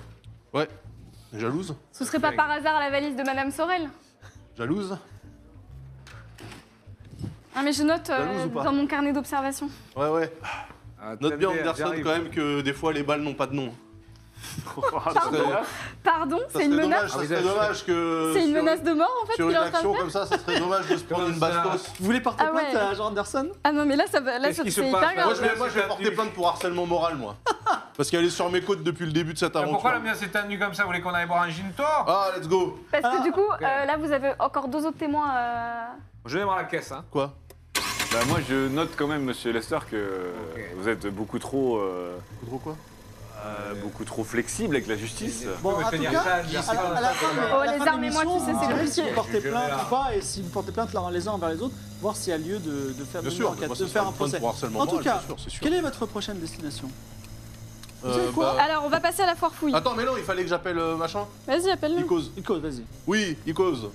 Ouais. Jalouse Ce serait pas par hasard la valise de Madame Sorel Jalouse Hein, mais je note euh, Jalouse ou pas dans mon carnet d'observation. Ouais, ouais. Ah, Note bien t'aimes Anderson j'arrive. quand même que des fois les balles n'ont pas de *laughs* nom. Oh, Pardon, Ça c'est serait une dommage, menace ça Ah, serait oui, dommage que. C'est une sur menace de mort en fait Sur qu'il une est en train de action faire comme ça, ça serait dommage de se prendre Comme une ça. bastos. Vous voulez porter Ah plainte ouais. à l'agent Anderson Ah non, mais là, ça, va- là, Qu'est-ce ça- qui se c'est passe, hyper là Moi, grave. je vais, moi, je vais porter plainte pour harcèlement moral, moi. Parce qu'elle est sur mes côtes depuis le début de cette Mais Pourquoi la aventure. mienne s'est tendue comme ça Vous voulez qu'on aille boire un gin tonic Ah, let's go Parce que du coup, euh, là, vous avez encore deux autres témoins. euh, Je vais voir la caisse, hein. Quoi Bah, moi, je note quand même, monsieur Lester, que euh, Ok. vous êtes beaucoup trop. euh, Trop quoi euh, beaucoup trop flexible avec la justice. Bon, Oui, mais en je tout veux cas, dire, à Jeanne, la- Jeanne, à la- à la fin de- Oh, à la les fin de armes et moi, l'émission, tu sais, c'est on verra compliqué. s'ils portaient Je verrai, plainte là. ou pas, et s'ils portaient plainte l'un- les uns envers les autres, voir s'il y a lieu de, de faire, Bien une sûr, enquête, moi, de ça faire sera un une plainte procès. pour harcèlement En tout moral, cas, bien sûr, c'est sûr. quelle est votre prochaine destination Euh, Tu sais quoi bah, Alors, on va passer à la foire fouille. Attends, mais non, il fallait que j'appelle euh, machin. Vas-y, appelle-le. Icos. Nico, vas-y. Oui, Icos.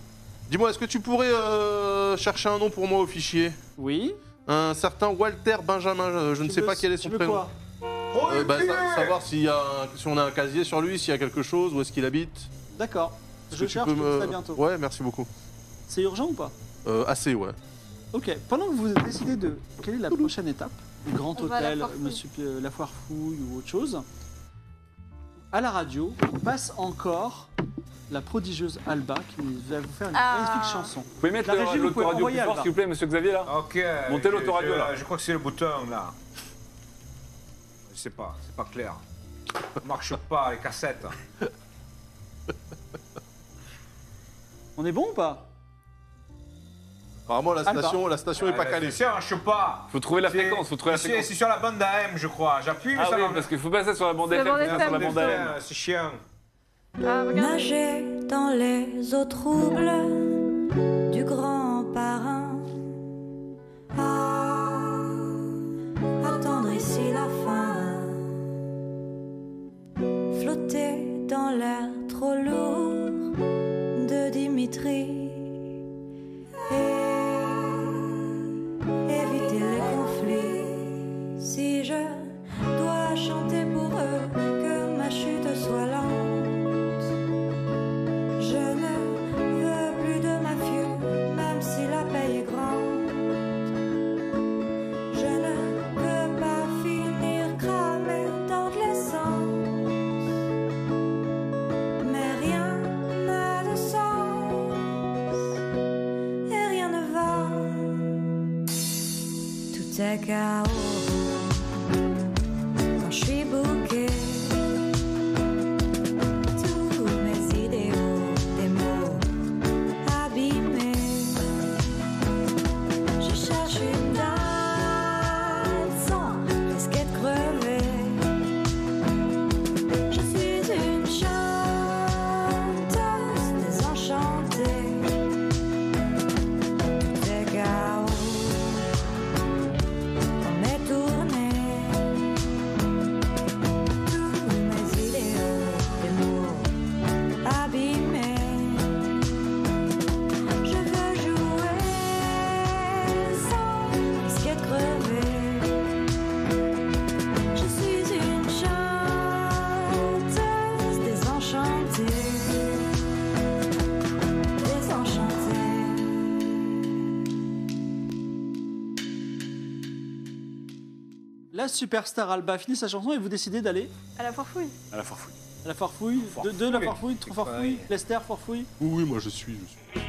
Dis-moi, est-ce que tu pourrais euh, chercher un nom pour moi au fichier Oui. Un certain Walter Benjamin, euh, je ne Tu sais veux- pas quel est tu son veux prénom. quoi Euh, bah, sa- savoir s'il y a un- si on a un casier sur lui, s'il y a quelque chose, où est-ce qu'il habite. D'accord. Est-ce Je que tu cherche, peux je te me- dis ça bientôt. Ouais, merci beaucoup. C'est urgent ou pas Euh, assez, ouais. Ok, pendant que vous décidez de quelle est la prochaine étape, le grand On va à la hôtel, foire fouille. monsieur, euh, la foire fouille ou autre chose, à la radio passe encore la prodigieuse Alba qui va vous faire une Ah. magnifique chanson. Vous pouvez mettre La régie, le- vous pouvez l'autoradio envoyer, plus fort, Alba. s'il vous plaît, monsieur Xavier, là Ok. Montez je- l'autoradio, je- là. Je crois que c'est le bouton là. Je sais pas, c'est pas clair. Ça marche pas les cassettes. On est bon ou pas Apparemment, la Alba. station, la station Ah, est pas calée. C'est sûr, je sais pas. Faut trouver la C'est- fréquence, faut trouver la c'est- fréquence. C'est sur la bande AM, je crois. J'appuie, mais Ah ça oui, marche. parce qu'il faut passer sur la bande C'est la FM, bande pas sur la FM. bande AM. C'est chiant. Ah, regarde. Nager dans les eaux troubles du grand parrain. Ah, attendre ici la fin. Flotter dans l'air trop lourd de Dimitri. Et éviter les conflits. Si je dois chanter pour eux, que ma chute soit lente. Je ne veux plus de mafieux, même si la paye est grande. Je ne veux pas finir cramé dans de l'essence. Mais rien n'a de sens et rien ne va. Tout est chaos quand je suis bouquée. Tous mes idéaux, des mots abîmés. Je cherche une date sans risquer de crever. Je suis une chanteuse désenchantée. Des chaos dans mes tournées. Tous mes idéaux, des mots abîmés. Je veux jouer sans risquer de crever. Je suis une chanteuse désenchantée, désenchantée. La superstar Alba finit sa chanson et vous décidez d'aller À la foire fouille. À la farfouille. à la farfouille, de, de la farfouille, trop farfouille, pareil. Lester, farfouille. Oui, oui, moi je suis. Je suis.